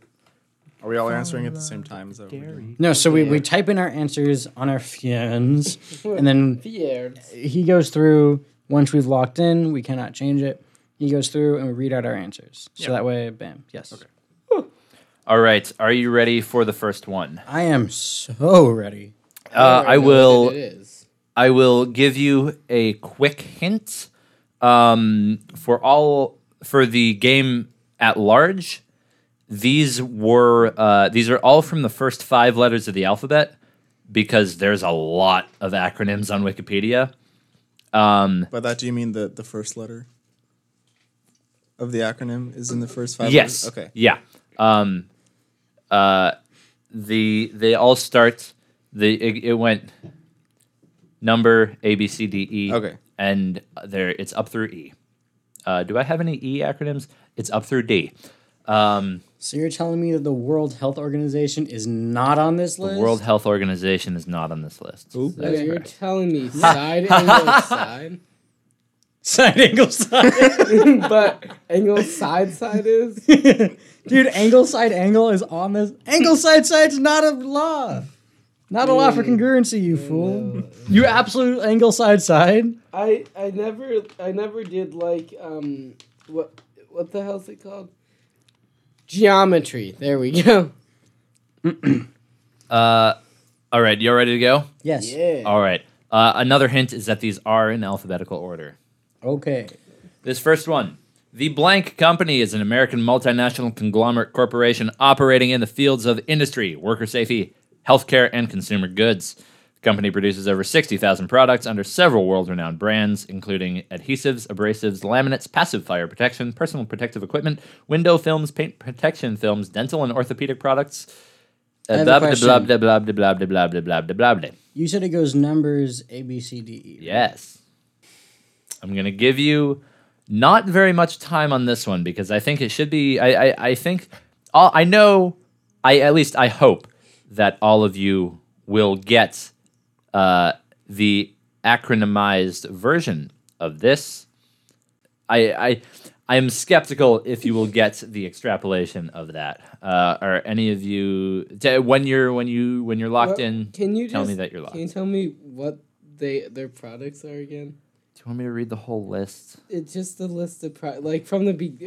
Are we all answering at the same time? Is that what we're doing?
No, so we, we type in our answers on our *laughs* phones, and then
Pierre.
he goes through. Once we've locked in, we cannot change it. He goes through and we read out our answers. So that way, bam, yes. Okay.
All right. Are you ready for the first one?
I am so ready.
Uh, I
know what
will.
It is.
I will give you a quick hint um, for all for the game at large. These were uh, these are all from the first five letters of the alphabet because there's a lot of acronyms on Wikipedia. Um,
By that, do you mean the, the first letter of the acronym is in the first five?
yes.
Letters? Okay.
Yeah. Um, uh, the they all start. The it, it went number A B C D E.
Okay.
And there it's up through E. Uh, do I have any E acronyms? It's up through D. Um,
So you're telling me that the World Health Organization is not on this list?
World Health Organization is not on this list.
So
That's
you're
correct.
telling
*laughs*
me side angle side, *laughs*
Side angle side. *laughs*
but angle side side is
Dude, angle side angle is on this. Angle side side's not a law. Not a lot for congruency, you fool. You absolute angle side side.
I I never I never did like um what what the hell's it called? Geometry. There we go.
Uh, all right, you all ready to go?
Yes.
Yeah.
All right. Uh, another hint is that these are in alphabetical order.
Okay.
This first one. The blank company is an American multinational conglomerate corporation operating in the fields of industry, worker safety, healthcare, and consumer goods. The company produces over 60,000 products under several world renowned brands, including adhesives, abrasives, laminates, passive fire protection, personal protective equipment, window films, paint protection films, dental and orthopedic products.
I
Uh,
have a
blah, blah,
question.
blah, blah, blah, blah, blah, blah, blah, blah, blah, blah, blah.
You said it goes numbers A B C D E.
Yes. I'm gonna give you not very much time on this one because I think it should be. I I, I think all, I know. I at least I hope that all of you will get uh, the acronymized version of this. I I I am skeptical if you will get the extrapolation of that. Uh, are any of you d- when you're when you when you're locked
What-
in?
Can you
tell me
just-
that you're locked?
Can you tell me what they their products are again?
Do you want me to read the whole list?
It's just a list of pro- like from the be-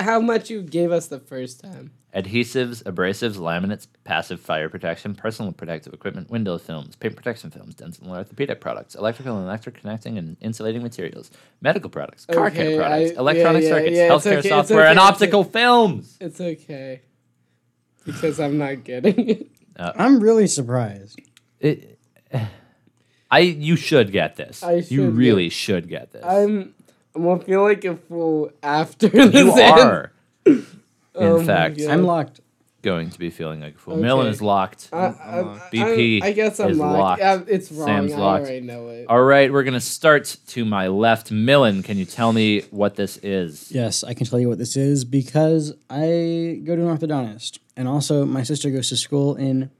how much you gave us the first time.
adhesives, abrasives, laminates, passive fire protection, personal protective equipment, window films, paint protection films, dental and orthopedic products, electrical and electric connecting and insulating materials, medical products, car
Okay,
care products,
I- yeah,
electronic
yeah,
circuits,
yeah, it's
healthcare
okay, it's
software,
okay,
and
it's
optical films.
It's okay. Because I'm not getting it.
I'm really surprised.
It- I you should get this.
I
you
should
really should get this.
I'm *laughs* I'm gonna feel like a fool after this.
you
ends.
are, in
Oh my
fact,
God.
I'm locked.
going to be feeling like a fool. Millen
Okay.
is locked.
I, I, I,
BP
I guess I'm
is
locked.
locked.
Yeah, it's wrong.
Sam's
I
locked.
already know it.
All right, we're gonna start to my left. Millen, can you tell me what this is?
Yes, I can tell you what this is because I go to an orthodontist, and also my sister goes to school in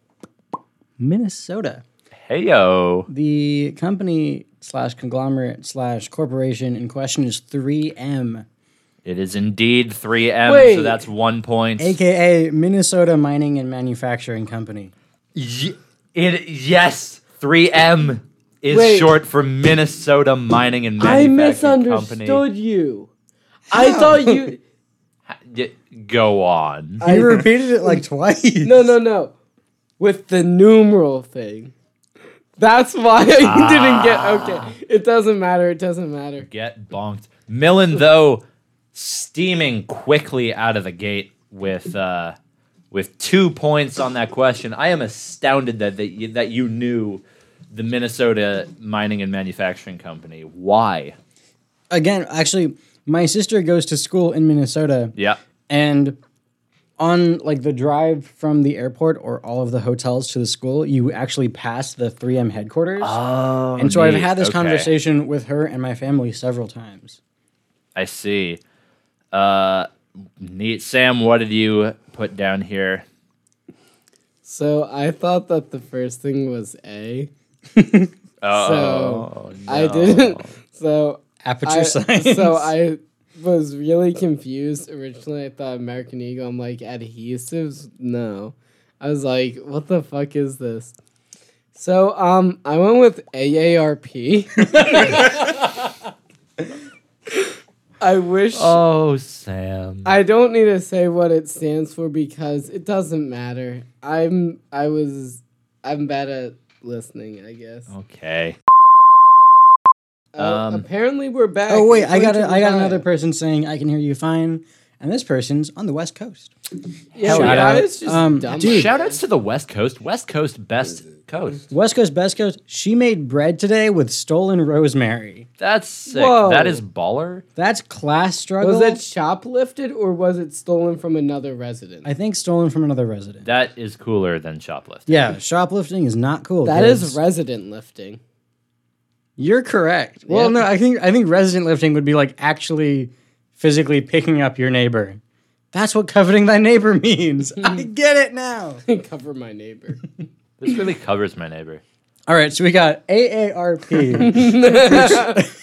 Minnesota.
Hey yo.
The company slash conglomerate slash corporation in question is 3M,
It is indeed 3M,
Wait.
so that's one point.
aka Minnesota Mining and Manufacturing Company.
Y- it, yes, 3M is
Wait.
short for Minnesota Mining and
I
Manufacturing
misunderstood
Company.
you. I thought *laughs* you.
Y- go on.
*laughs* I repeated it *laughs* like twice.
No, no, no. With the numeral thing. That's why I
Ah.
didn't get. Okay. It doesn't matter. It doesn't matter.
Get bonked. Millen, though, steaming quickly out of the gate with uh, with two points on that question. I am astounded that that you, that you knew the Minnesota Mining and Manufacturing Company. Why?
Again, actually, my sister goes to school in Minnesota.
Yeah.
and on like the drive from the airport or all of the hotels to the school, you actually pass the 3M headquarters.
Oh,
and so I've had this
okay.
conversation with her and my family several *laughs* times.
I see. Uh, neat. Sam, what did you put down here?
So I thought that the first thing was A.
Oh,
So I didn't. *laughs* So
Aperture
I,
science. *laughs*
so I was really confused originally. I thought American Eagle. I'm like adhesives. No, I was like, what the fuck is this? So um, I went with AARP. *laughs* I wish
*laughs* oh, Sam.
I don't need to say what it stands for because it doesn't matter. I'm I was I'm bad at listening. I guess.
okay.
Oh,
Um,
apparently we're back.
oh wait, I
According
got
to
a, I got
Mariah.
another person saying I can hear you fine, and this person's on the west coast.
Yeah,
Shout
but
out.
I was just
Um,
dumb.
dude.
Shout outs to the West Coast. West Coast, best coast.
West coast, best coast. She made bread today with stolen rosemary.
That's sick.
Whoa.
That is baller.
That's class struggle.
Was it shoplifted or was it stolen from another resident?
I think stolen from another resident.
That is cooler than shoplift.
yeah, shoplifting is not cool.
That is
kids.
resident lifting. *laughs*
You're correct. Well,
Yeah.
no, I think I think resident lifting would be like actually physically picking up your neighbor. That's what coveting thy neighbor *laughs* means. I get it now.
Cover my *laughs* neighbor.
This really covers my neighbor.
All right, so we got *laughs* AARP,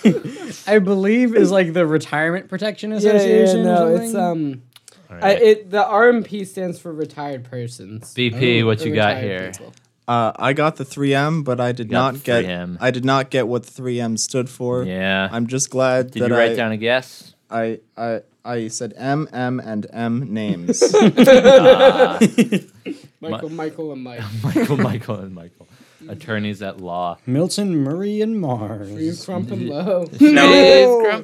which I believe is like the Retirement Protection Association. or
no,
something.
it's um,
All
I,
right.
it the RMP stands for retired persons.
BP, what
Or
you got
retired
here?
people.
Uh, I got the 3M, but I did
got
not
the
get.
3M.
I did not get what the 3M stood for.
Yeah.
I'm just glad
Did
that
you write
I,
down
*laughs*
a guess?
I I I said M M and
*laughs*
M names.
*laughs*
um,
Michael, Michael, and Mike.
Ah, Michael, Michael, and Michael. Attorneys at law.
*laughs* Milton, Murray, and
You
Mars.
*laughs*
crump and low.
Oh,
Oh.
*laughs*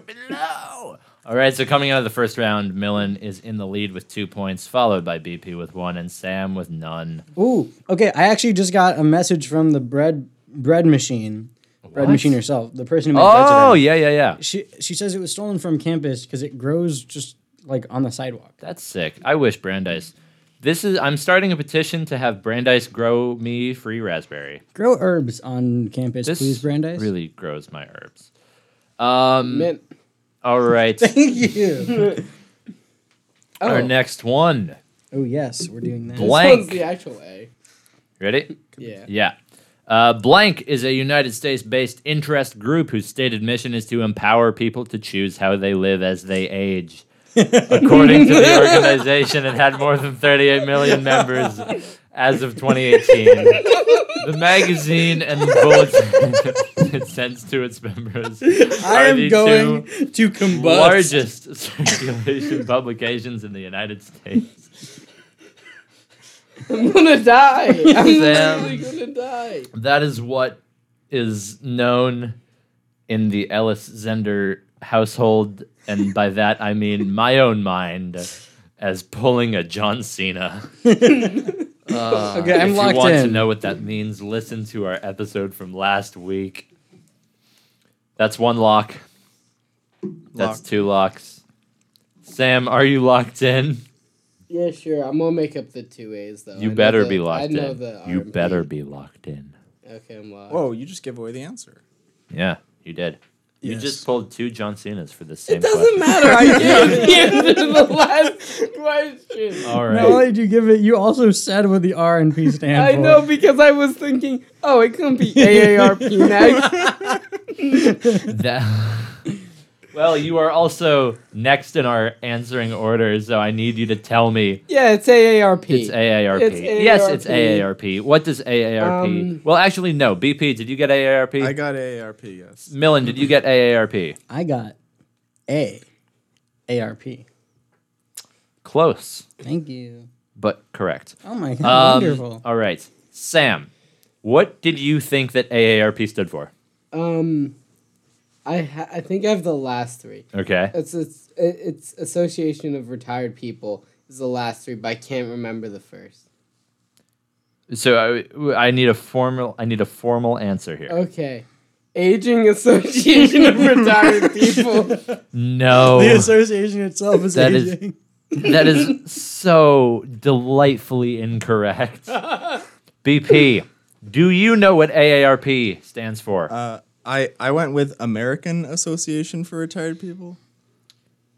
All right, so coming out of the first round, Millen is in the lead with two points, followed by BP with one and Sam with none.
Ooh, okay. I actually just got a message from the bread bread machine, bread
What?
machine herself, the person who made bread today.
Oh, yeah, yeah, yeah.
She she says it was stolen from campus because it grows just like on the sidewalk.
That's sick. I wish Brandeis. This is I'm starting a petition to have Brandeis grow me free raspberry.
Grow herbs on campus,
This
please, Brandeis.
really grows my herbs. Um
Mint.
all right.
Thank you.
*laughs*
Our
Oh.
next one.
oh yes, we're doing that.
Blank.
This one's the actual A.
Ready?
Yeah. *laughs*
Yeah. Uh, blank is a United States based interest group whose stated mission is to empower people to choose how they live as they
*laughs*
age. According to the organization, it had more than 38 million members as of 2018. The magazine and the bulletin it sends to its members.
I
are the
am going
two
to combust.
largest *laughs* circulation publications in the United States.
I'm gonna die. I'm
Sam.
literally gonna die.
That is what is known in the Ellis Zender household, and by that I mean my own mind as pulling a John Cena. Uh,
Okay, I'm
if
locked
you want to
in.
know what that means, listen to our episode from last week. That's one lock. That's
Lock.
two locks. Sam, are you locked in?
Yeah, sure. I'm gonna make up the two A's though. I
You
know
better
the-
be
I
locked
know
in.
the
You
R&B.
better be locked in.
Okay, I'm locked.
Whoa, you just gave away the answer.
Yeah, you did. You
Yes.
just pulled two John Cenas for the same.
It doesn't matter.
*laughs*
I
*laughs*
gave the answer to *laughs* the last question.
All right.
Not only did you give it, you also said what the R and P stand
I
for.
know because I was thinking, oh, it couldn't be
*laughs*
AARP next.
That- *laughs* well, you are also next in our answering order, so I need you to tell me.
Yeah, it's AARP.
It's AARP.
It's
Yes, it's
AARP.
AARP. What does AARP?
Um,
well, actually, no. BP, did you get AARP?
I got AARP. Yes.
Millen, did you get AARP?
I got A, A R P.
Close,
Thank you.
but correct.
Oh my god,
Um,
wonderful.
All right. Sam, what did you think that AARP stood for?
um, I ha- I think I have the last three.
Okay.
It's it's it- it's Association of Retired People is the last three, but I can't remember the first.
So I, I need a formal I need a formal answer here.
Okay, Aging Association
*laughs*
of Retired People.
No.
The association itself is
That is-
aging.
That is so delightfully incorrect. BP, do you know what AARP stands for?
Uh, I I went with American Association for Retired People.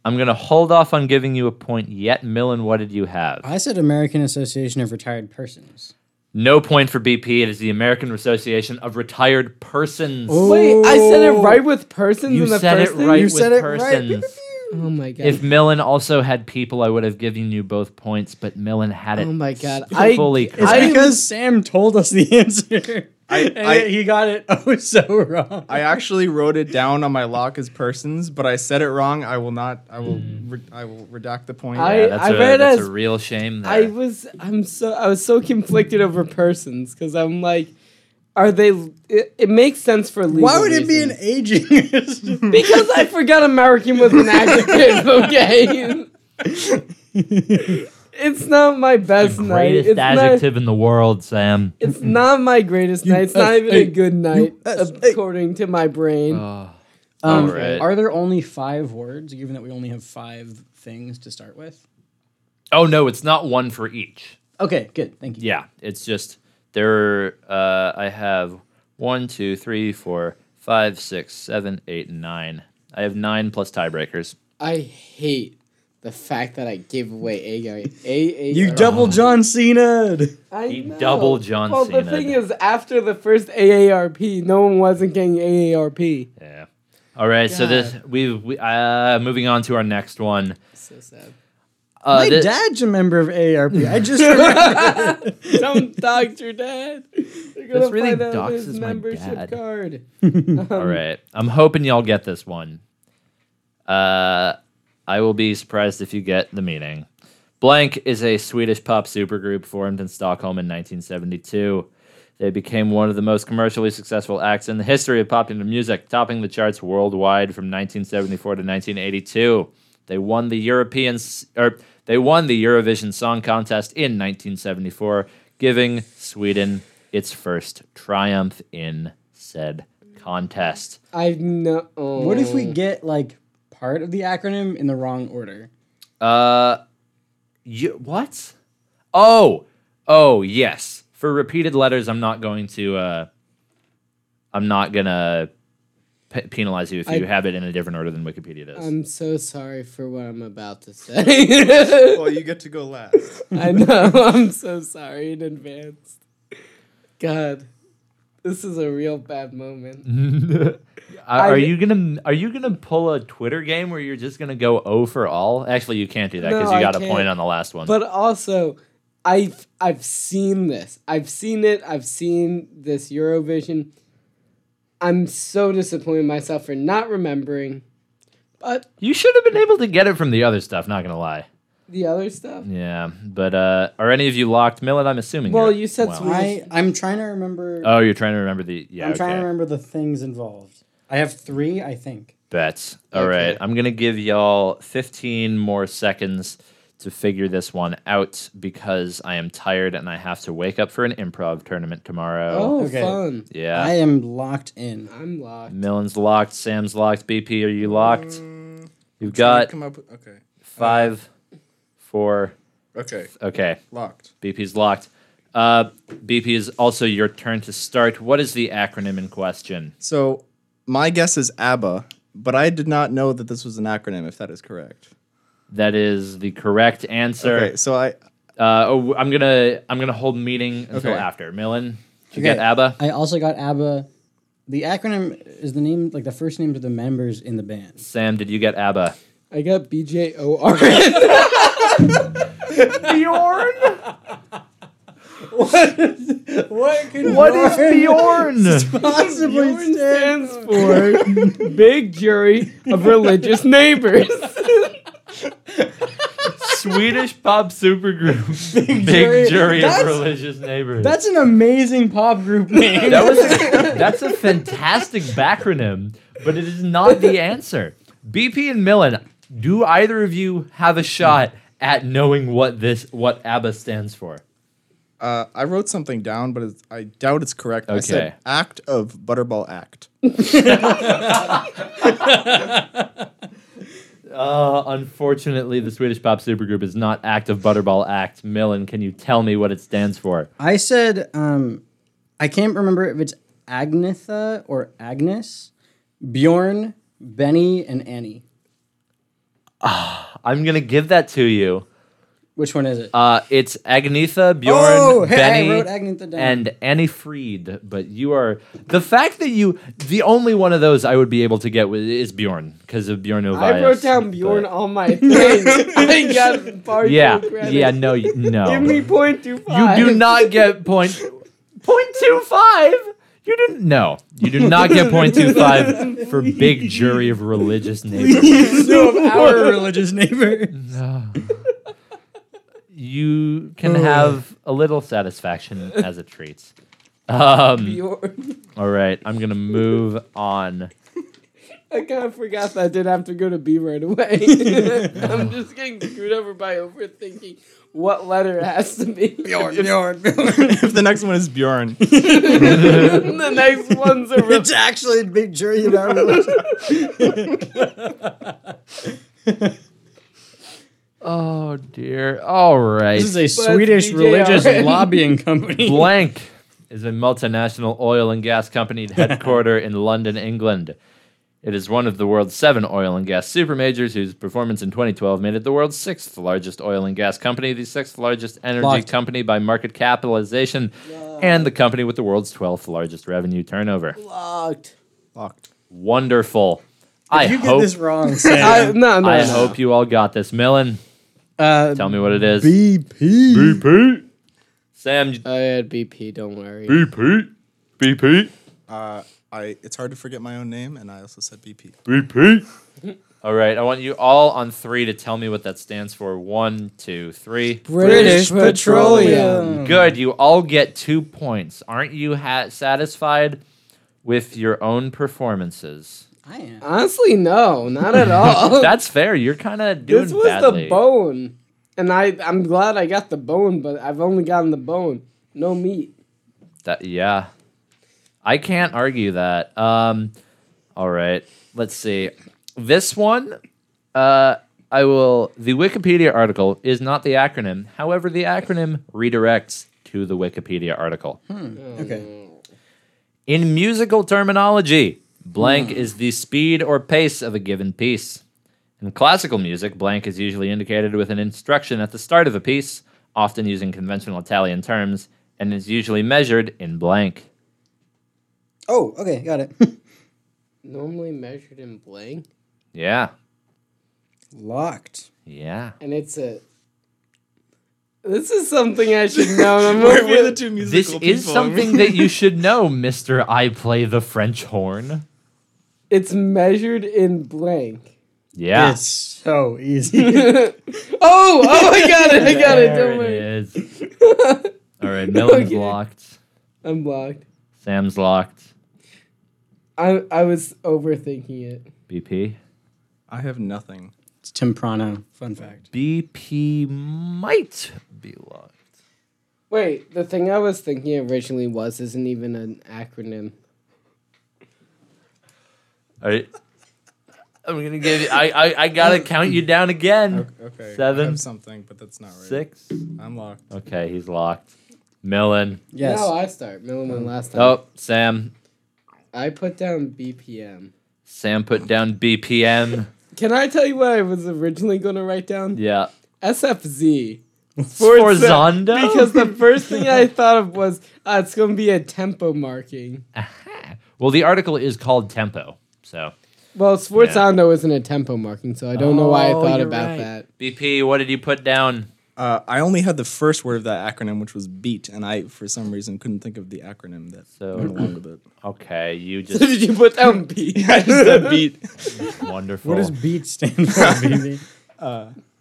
I'm going to hold off on giving you a point yet. Millen, what did you have?
I said American Association of Retired Persons.
No point for BP. It is the American Association of Retired Persons.
Wait, I said it right with persons
Oh. you
in Oh, the
said it
first thing?
right
You
with
said it right.
persons.
Oh my god.
If Millen also had people, I would have given you both points, but Millen had it.
oh my god. I
fully
It's
correct.
I-
because Sam told us the answer. *laughs* and
I-
yet he got it *laughs* oh so wrong.
I actually wrote it down on my lock as persons, but I said it wrong. I will not. I will. Re- I will redact the point.
I-
Mm. yeah, that's,
I
a,
read
that's
as-
a real shame. There.
I was I'm so I was so conflicted over persons because I'm like, are they? It, it makes sense for legal.
Why would it be an
reasons.
aging?
Because I forgot American was an
*laughs*
adjective. Okay, it's not my best night.
Greatest
It's not,
adjective in the world, Sam.
it's not my greatest night. It's not even a good night
USA.
according to my brain.
um,
*laughs* All right.
Are there only five words, given that we only have five things to start with?
Oh no, it's not one for each.
Okay, good. Thank you.
Yeah, it's just there. Uh, I have one, two, three, four, five, six, seven, eight, nine. I have nine plus tiebreakers.
I hate the fact that I gave away a a a.
You double John Cena.
I
He
know.
double John
Well,
Cena.
the thing is, after the first AARP, no one wasn't getting AARP.
Yeah. All right, so this we we uh, moving on to our next one.
So sad.
Uh,
My
thi-
dad's a member of AARP.
*laughs*
I just remember.
Don't dox your dad. You're gonna
This really
find out
doxes
his
my
membership
dad.
card.
All right. I'm hoping y'all get this one. Uh, I will be surprised if you get the meaning. Blank is a Swedish pop supergroup formed in Stockholm in 1972. They became one of the most commercially successful acts in the history of popular music, topping the charts worldwide from 1974 to 1982. They won the European s- or they won the Eurovision Song Contest in 1974, giving Sweden its first triumph in said contest.
I know.
what if we get like part of the acronym in the wrong order?
Uh, you, what? Oh, oh yes. For repeated letters, I'm not going to. Uh, I'm not gonna pe- penalize you if you
I- Um,
have it in a different order than Wikipedia does.
I'm so sorry for what I'm about to say. *laughs*
*laughs* Well, you get to go
*laughs*
last.
I know. I'm so sorry in advance. God, this is a real bad moment.
Are- are
I-
you gonna Are you gonna pull a Twitter game where you're just gonna go O for all? Actually, you can't do that because
No,
you
I
got a
can't.
point on the last one.
But also, I've I've seen this. I've seen it. I've seen this Eurovision. I'm so disappointed in myself for not remembering. But
you should have been able to get it from the other stuff. Not gonna lie.
the other stuff.
Yeah, but uh, are any of you locked, Millet? I'm assuming.
Well,
you're-
you said Swedish.
I I'm trying to remember.
Oh, you're trying to remember the yeah.
I'm trying
okay.
to remember the things involved. I have three, I think.
bets. All right. I'm going to give y'all 15 more seconds to figure this one out because I am tired and I have to wake up for an improv tournament tomorrow.
Oh,
Okay.
fun.
yeah.
I am locked in.
I'm locked.
Millen's locked. Sam's locked. BP, are you locked? You've
Got
got
come up. with- Okay.
five, four.
Okay.
Okay.
Locked.
BP's locked. Uh, BP is also your turn to start. What is the acronym in question?
So my guess is ABBA, but I did not know that this was an acronym. If that is correct.
That is the correct answer.
Okay. So I
Uh, oh, I'm gonna I'm gonna hold meeting until
Okay.
after. Millen, did you
Okay.
get ABBA?
I also got ABBA. The acronym is the name, like the first names of the members in the band.
Sam, did you get ABBA?
I got B J O R *laughs* N.
*laughs*
Bjorn?
What could
What is Bjorn?
possibly
Bjorn stands
*laughs*
for Big Jury of Religious Neighbors.
*laughs* Swedish pop supergroup. Big,
Jury-
Jury
That's-
of Religious Neighbors.
That's an amazing pop *laughs* group name.
that was
*laughs*
a, that's a fantastic backronym, but it is not the answer. BP and Millen, do either of you have a shot at knowing what this what ABBA stands for?
uh, I wrote something down, but it's, I doubt it's correct. I
Okay.
said act of Butterball Act. *laughs*
Uh, unfortunately, the Swedish pop supergroup is not Act of Butterball Act. Millen, can you tell me what it stands for?
I said, um, I can't remember if it's Agnetha or Agnes, Bjorn, Benny, and Annie.
I'm gonna give that to you.
Which one is it? *laughs*
Uh, it's Agnetha, Bjorn,
Oh, hey, I
Benny,
wrote Agnetha down.
and Annie Fried. But you are the fact that you the only one of those I would be able to get with is Bjorn because of Bjorn Ulvaeus.
I wrote down Bjorn
but-
on
*laughs*
my thing. *laughs* I got partial
Yeah,
credit.
yeah, no, you- no.
*laughs* Give me point two
You
five.
do not get point point two five. You didn't. No, you do not get point two five for big jury of religious neighbors.
*laughs* our religious neighbor.
You can have a little satisfaction as a treat. Um,
Bjorn.
all right, I'm gonna move on.
I kind of forgot that I didn't have to go to B right
*laughs*
away. I'm just getting screwed over by overthinking what letter it has to
*laughs*
be. *laughs* Bjorn.
if the next one is Bjorn,
the next one's a re-
*laughs* it's actually a big jury of our *laughs* religion.
Oh dear. All right.
This is a
But
Swedish
DJ
religious *laughs*
already.
lobbying company.
*laughs* Blank is a multinational oil and gas
*laughs*
company headquartered in London, England. It is one of the world's seven oil and gas supermajors whose performance in 2012 made it the world's sixth largest oil and gas company, the sixth largest energy
Locked.
company by market capitalization, and the company with the world's 12th largest revenue turnover.
locked.
locked.
Wonderful. I
you
hope
get this uh, wrong, *laughs*
I,
Sam.
no, no,
I
no.
hope you all got this. Millen,
Uh,
Tell me what it is.
BP.
BP. Sam.
I had BP. Don't worry.
BP. BP.
Uh, I it's hard to forget my own name, and I also said BP.
BP. All right, I want you all on three to tell me what that stands for. One, two, three.
British Petroleum.
Good. You all get two points. Aren't you ha- satisfied with your own performances?
I
Um,
am.
Honestly, no, not at
*laughs*
all.
That's fair. You're kind of
*laughs*
doing
this was
badly.
the bone, and I I'm glad I got the bone, but I've only gotten the bone, no meat.
That- yeah, I can't argue that. Um, all right, let's see. This one, uh, I will. The Wikipedia article is not the acronym. However, the acronym redirects to the Wikipedia article.
Okay.
In musical terminology, blank is the speed or pace of a given piece. In classical music, blank is usually indicated with an instruction at the start of a piece, often using conventional Italian terms, and is usually measured in blank.
Oh, okay, got it. *laughs*
Normally measured in blank,
Yeah,
Locked.
yeah.
and it's a. This is something I should
*laughs*
know. and I'm over it.
two
This is something that you should know, Mr. I play the French horn.
It's measured in blank.
Yeah.
It's so easy. *laughs*
oh, oh! I got it! I got
*laughs*
it!
There
Don't
it
worry.
is.
*laughs*
All right, Melon's
Okay.
locked.
I'm blocked.
Sam's locked.
I I was overthinking it.
BP.
I have nothing.
it's Temprano. Fun fact.
BP might be locked.
Wait, the thing I was thinking originally was isn't even an acronym.
All right. I'm gonna give you. I I, I gotta count you down again.
Okay.
Seven.
I have something, but that's not right.
Six.
I'm locked.
Okay, he's locked. Millen.
Yes.
Now I start. Millen went last time.
Oh, Sam.
I put down BPM.
Sam put down BPM.
Can I tell you what I was originally going to write down?
Yeah.
SFZ.
Sforzando?
Because the first thing *laughs* I thought of was uh, it's going to be a tempo marking.
Well, the article is called Tempo. So
Well, Sforzando isn't a tempo marking, so I don't know why I
Oh,
thought
you're
about
right.
that. *laughs*
BP, what did you put down?
Uh, I only had the first word of that acronym, which was BEAT, and I, for some reason, couldn't think of the acronym that
So-
went along with it.
Okay, you
So
just
*laughs*
did you put down B?
I just said BEAT.
wonderful.
What does beat stand for,
*laughs*
BB?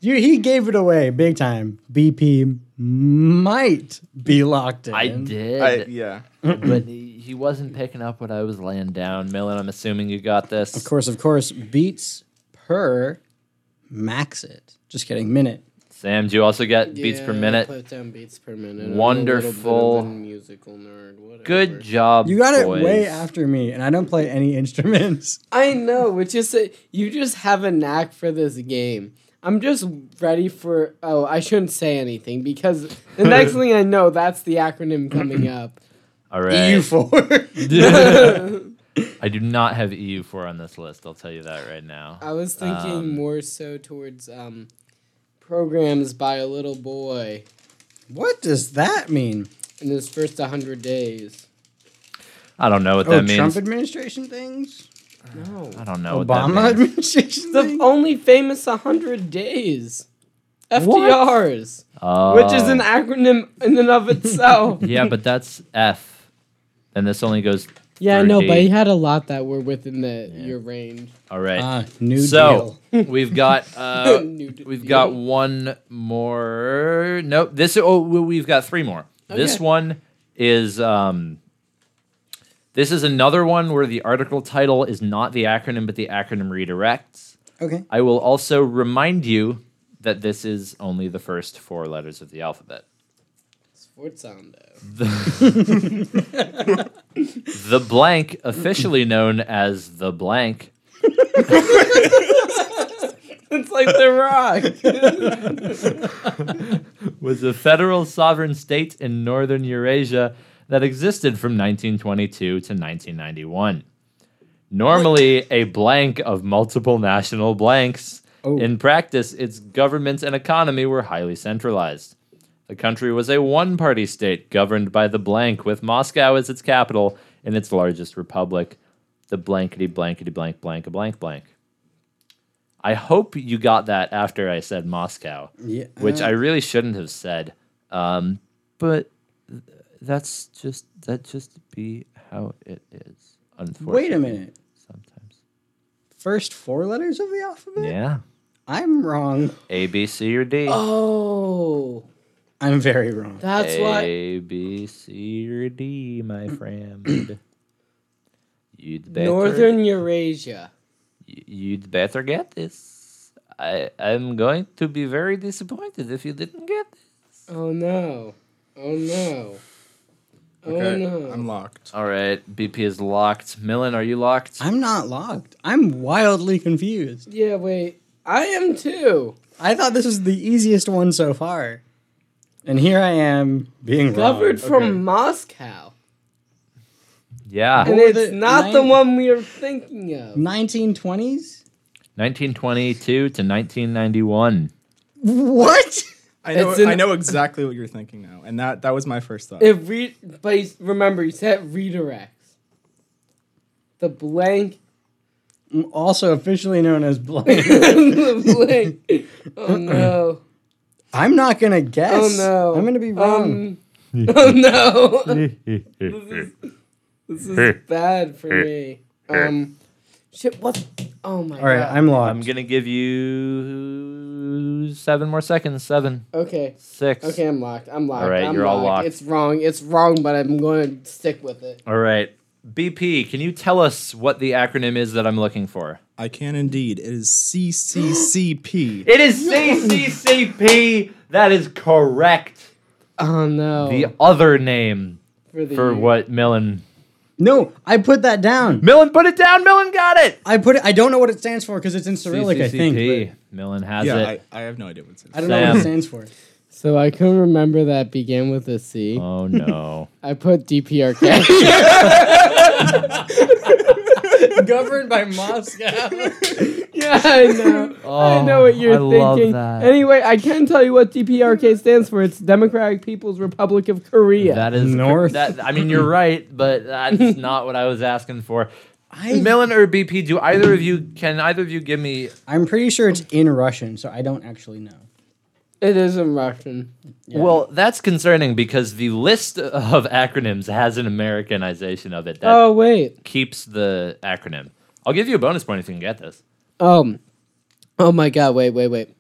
you, he gave it away big time. BP might be locked in.
I did,
I, yeah.
but he, he wasn't picking up what I was laying down. Millen, I'm assuming you got this.
Of course, of course, beats per max it. Just kidding, minute.
Sam, do you also get beats per
Yeah, I
minute?
Put down beats per minute. I'm a
Wonderful.
little bit of a musical nerd. Whatever.
Good job.
You got it
boys.
way after me, and I don't play any *laughs* instruments.
I know, which is a, you just have a knack for this game. I'm just ready for. Oh, I shouldn't say anything because the
*laughs*
next thing I know, that's the acronym coming up.
All
E
right.
E *laughs* EU4.
*laughs*
*laughs*
I do not have EU4 on this list. I'll tell you that right now.
I was thinking
Um,
more so towards um, programs by a little boy
what does that mean?
in his first 100 days.
I don't know what
oh,
that means.
Trump administration things?
No.
I don't know what Oh, that
Obama *laughs*
means.
administration
The
things?
only famous 100 days. FDRs,
Oh.
which is an acronym in and of itself.
yeah, but that's F, and this only goes.
Yeah, I
through
know,
D.
but he had a lot that were within the your range.
All right.
Ah, new
so
deal.
we've
*laughs*
got uh,
*laughs* New d-
we've
deal.
got one more. Nope. This oh we- we've got three more. This
Okay.
one is um. This is another one where the article title is not the acronym, but the acronym redirects. *laughs*
Okay.
I will also remind you that this is only the first four letters of the alphabet. *laughs*
Sforzando.
The blank, officially known as the blank,
It's like The Rock.
was a federal sovereign state in northern Eurasia that existed from 1922 to 1991. Normally, a blank of multiple national blanks.
Oh.
In practice, its government and economy were highly centralized. The country was a one party state governed by the blank, with Moscow as its capital and its largest republic, the blankety blankety blank blank a blank blank. I hope you got that after I said Moscow,
Yeah.
which I really shouldn't have said. Um, but th- that's just that just be how it is. Unfortunately,
uh, Wait a minute.
Sometimes,
First four letters of the alphabet?
yeah.
I'm wrong.
A B C or D.
*laughs* Oh,
I'm very wrong.
that's why.
A B C or D, my
Mm-hmm.
friend. You'd better
Northern Eurasia.
you'd better get this. I I'm going to be very disappointed if you didn't get this.
Oh no. Oh no. Oh
Okay,
no.
I'm locked.
All right, BP is locked. Millen, are you locked?
I'm not locked. I'm wildly confused.
yeah, wait. I am too.
I thought this was the easiest one so far. And here I am being wrong.
Covered from
Okay.
Moscow.
Yeah.
And
were
it's
the
not the
nine-
one we are thinking of.
1920s?
1922 to 1991.
What?
I know.
It's an-
I know exactly what you're thinking now, and that that was my first thought.
It re- but you- remember, you said redirects. The blank. *laughs*
Also officially known as blank.
the blank. Oh
*clears throat*
no.
I'm not gonna guess.
Oh no.
I'm gonna be wrong. *laughs*
Um, oh no. this is bad for me. Um, shit, what? Oh my
All right,
god.
I'm locked.
I'm going to give you 7 more seconds. 7
okay.
6
Okay, I'm locked. I'm locked.
right,
I'm
you're all locked.
It's wrong. It's wrong, but I'm going to stick with it.
All right. BP, can you tell us what the acronym is that I'm looking for?
I can indeed. It is CCCP.
It is CCCP. That is correct.
Oh no.
The other name
for the E.
for what Millen.
no, I put that down.
Millen put it down. Millen got it.
I put it. I don't know what it stands for because it's in Cyrillic. I think.
CCCP. Millen has
yeah,
it.
I, I have no idea what's in
but I
it.
don't know what
Sam.
it stands for.
So I can remember that began with a C. I
oh no.
put *laughs* DPRK.
*laughs* Governed by
*laughs*
Moscow.
yeah, I know. *laughs* I know what you're
Oh, I
thinking.
love that.
Anyway, I can tell you what DPRK stands for. It's Democratic People's Republic of Korea.
That is
North.
That, I mean, you're right, but
*laughs*
that's not what I was asking for.
I,
Millen or BP? Do either of you? Can either of you give me?
*laughs* I'm pretty sure it's in Russian, so I don't actually know.
it is in Russian.
Well, that's concerning because the list of acronyms has an Americanization of it that
Oh wait.
keeps the acronym. I'll give you a bonus point if you can get this.
Um. Oh my god! Wait, wait, wait.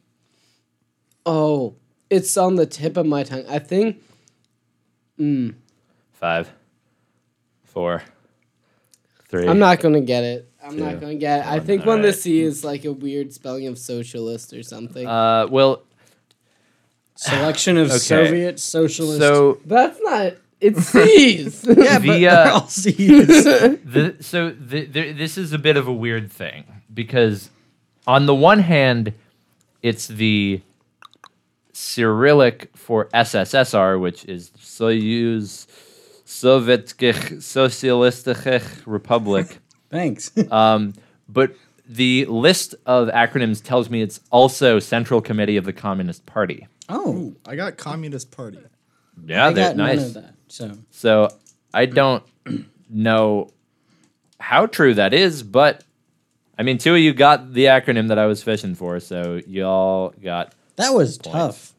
Oh, it's on the tip of my tongue. I think
Five, four, three.
I'm not gonna get it. I'm
Two,
not gonna get it. I think
All
one
right.
the C is like a weird spelling of socialist or something.
Uh, well,
Selection of Soviet socialist.
so
That's not.
*laughs*
It's C's.
yeah, but
the,
they're
uh,
*laughs* all
*laughs*
Cs.
the, so the, the, this is a bit of a weird thing because on the one hand, it's the Cyrillic for SSSR, which is Soyuz Sovetskich Socialistikh *laughs* Republic.
Thanks.
Um, but the list of acronyms tells me it's also Central Committee of the Communist Party.
*laughs* oh,
I got Communist Party.
Yeah,
I
that's
got
nice.
none of that. So
So I don't know how true that is, but I mean, two of you got the acronym that I was fishing for, so y'all got
that was tough.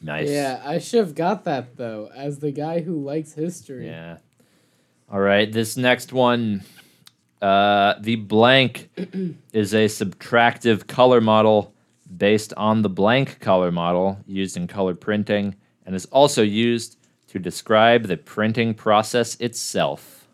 nice.
yeah, I should have got that though. As the guy who likes history.
Yeah. All right. This next one, uh, the blank *clears throat* is a subtractive color model based on the blank color model used in color printing and is also used to describe the printing process itself.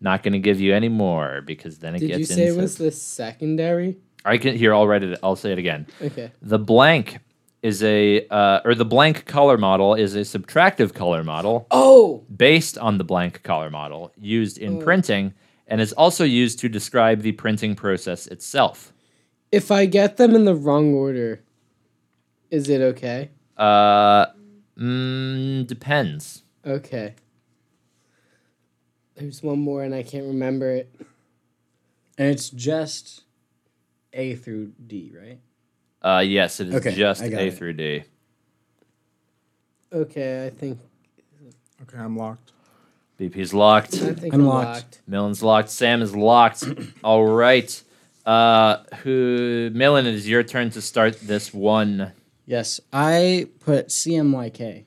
Not going to give you any more because then it
Did
gets
you say it
into-
was the secondary?
I can here. I'll write it. I'll say it again.
Okay.
The blank is a uh, or the blank color model is a subtractive color model
Oh,
based on the blank color model used in printing and is also used to describe the printing process itself.
if I get them in the wrong order, is it okay?
Uh, mm, depends.
Okay. There's one more and I can't remember it.
And it's just A through D, right?
Uh, yes, it is
Okay,
just
I got
A
it.
through D.
Okay, I think
Okay, I'm locked.
BP's locked.
I think
I'm
I'm
locked.
locked.
*clears throat*
Millen's locked. Sam is locked. All right. Uh, who, Millen, it is your turn to start this one.
Yes, I put CMYK.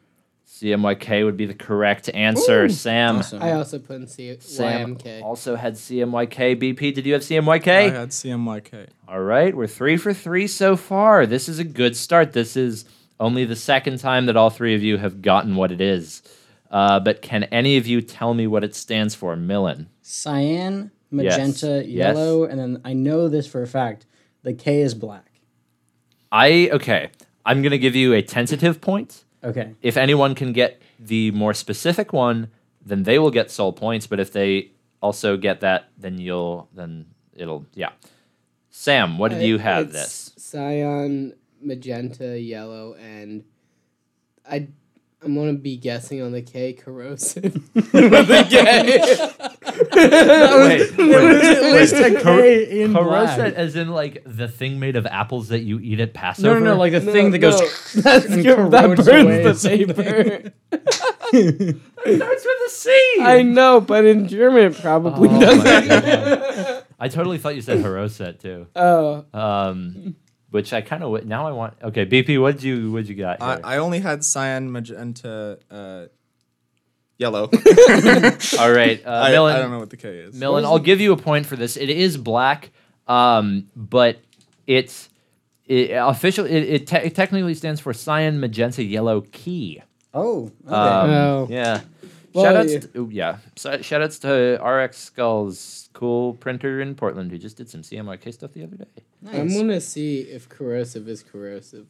CMYK would be the correct answer. Sam.
Awesome.
I also put in C-
Sam
YMK.
also had CMYK. BP, did you have
I
CMYK?
had CMYK.
All right, we're three for three so far. This is a good start. This is only the second time that all three of you have gotten what it is. Uh, but can any of you tell me what it stands for, Millen?
Cyan,
Yes.
magenta,
Yes.
yellow, and then I know this for a fact. The K is black.
I okay. I'm gonna give you a tentative point.
Okay.
If anyone can get the more specific one, then they will get soul points. But if they also get that, then you'll then it'll yeah. Sam, what did you have
Uh, It's
this?
Cyan, magenta, yellow, and I. I'm gonna be guessing on the K corrosive. *laughs* the *laughs* K.
Wait, wait,
There's a K in
Corrosa
black.
as in like the thing made of apples that you eat at
No,
Passover?
no, no, *laughs* like the
No,
thing *laughs* that goes.
no, that's
and
good, that
corrodes
burns
away
the
something.
paper.
it starts with a C.
*laughs* I know, but in German it probably
Oh my
*laughs*
doesn't.
I totally thought you said Haroset
*laughs*
too.
oh,
Um, which I kind of now I want. Okay, BP, what would you what would you got? Here?
I, I only had cyan, magenta, uh,
*laughs*
yellow.
Uh,
All right, uh,
I,
Millen,
I don't know what the K is.
Millen, I'll give you a point for this. It is black, um, but it's it, official. It, it, te- it technically stands for cyan, magenta, yellow, key.
*laughs* Oh, okay.
Um,
Oh.
Yeah.
Well,
shoutouts,
yeah.
to- ooh, yeah. So, shoutouts to RX Skulls, cool printer in Portland, who just did some CMYK stuff the other day.
I'm gonna see if corrosive is corrosive.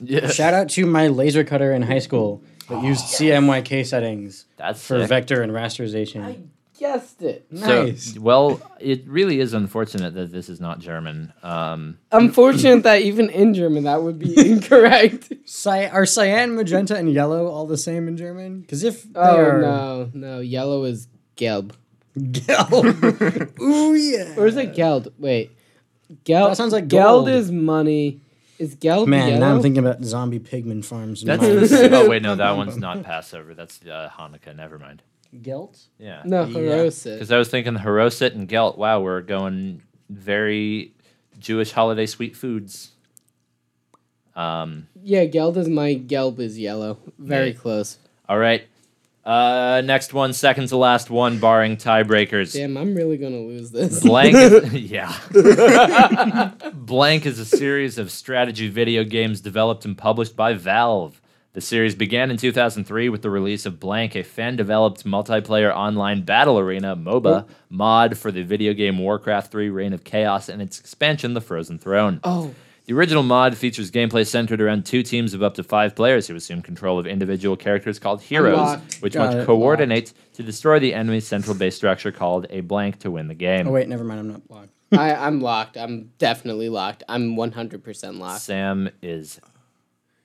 Yeah,
Shout out to my laser cutter in high school that used CMYK settings
that's
for
sick.
vector and rasterization.
Guessed it.
So,
Nice.
well, it really is unfortunate that this is not German. Um,
Unfortunate that even in German that
*laughs*
would be incorrect.
Cy- are cyan, magenta, and yellow all the same in German? Because if they
oh
are,
no, no, yellow is gelb.
Geld. *laughs* Ooh yeah.
Or is it geld? Wait, geld.
That sounds like gold.
geld is money. Is geld
*laughs* Man,
yellow?
now I'm thinking about zombie pigman farms. in
that's
my-
oh wait, no, that one's not Passover. That's uh, Hanukkah. Never mind.
Gelt?
Yeah,
no,
Yeah.
corrosive.
because I was thinking Haroset and Gelt. Wow, we're going very Jewish holiday sweet foods. Um,
Yeah, geld is my gelb is yellow. Very
Yeah.
close.
All right. Uh, next one, second to last one, barring tiebreakers.
Damn, I'm really gonna lose this.
*laughs* Blank, is, yeah. *laughs* Blank is a series of strategy video games developed and published by Valve. The series began in 2003 with the release of Blank, a fan developed multiplayer online battle arena
Oh.
MOBA mod for the video game Warcraft 3 Reign of Chaos and its expansion, The Frozen Throne.
Oh,
The original mod features gameplay centered around two teams of up to five players who assume control of individual characters called heroes,
Unlocked.
which
Got
must
it.
coordinate to destroy the enemy's central base structure called a blank to win the game.
Oh wait, never mind. I'm not blocked.
I, I'm locked. I'm definitely locked. I'm 100% locked.
Sam is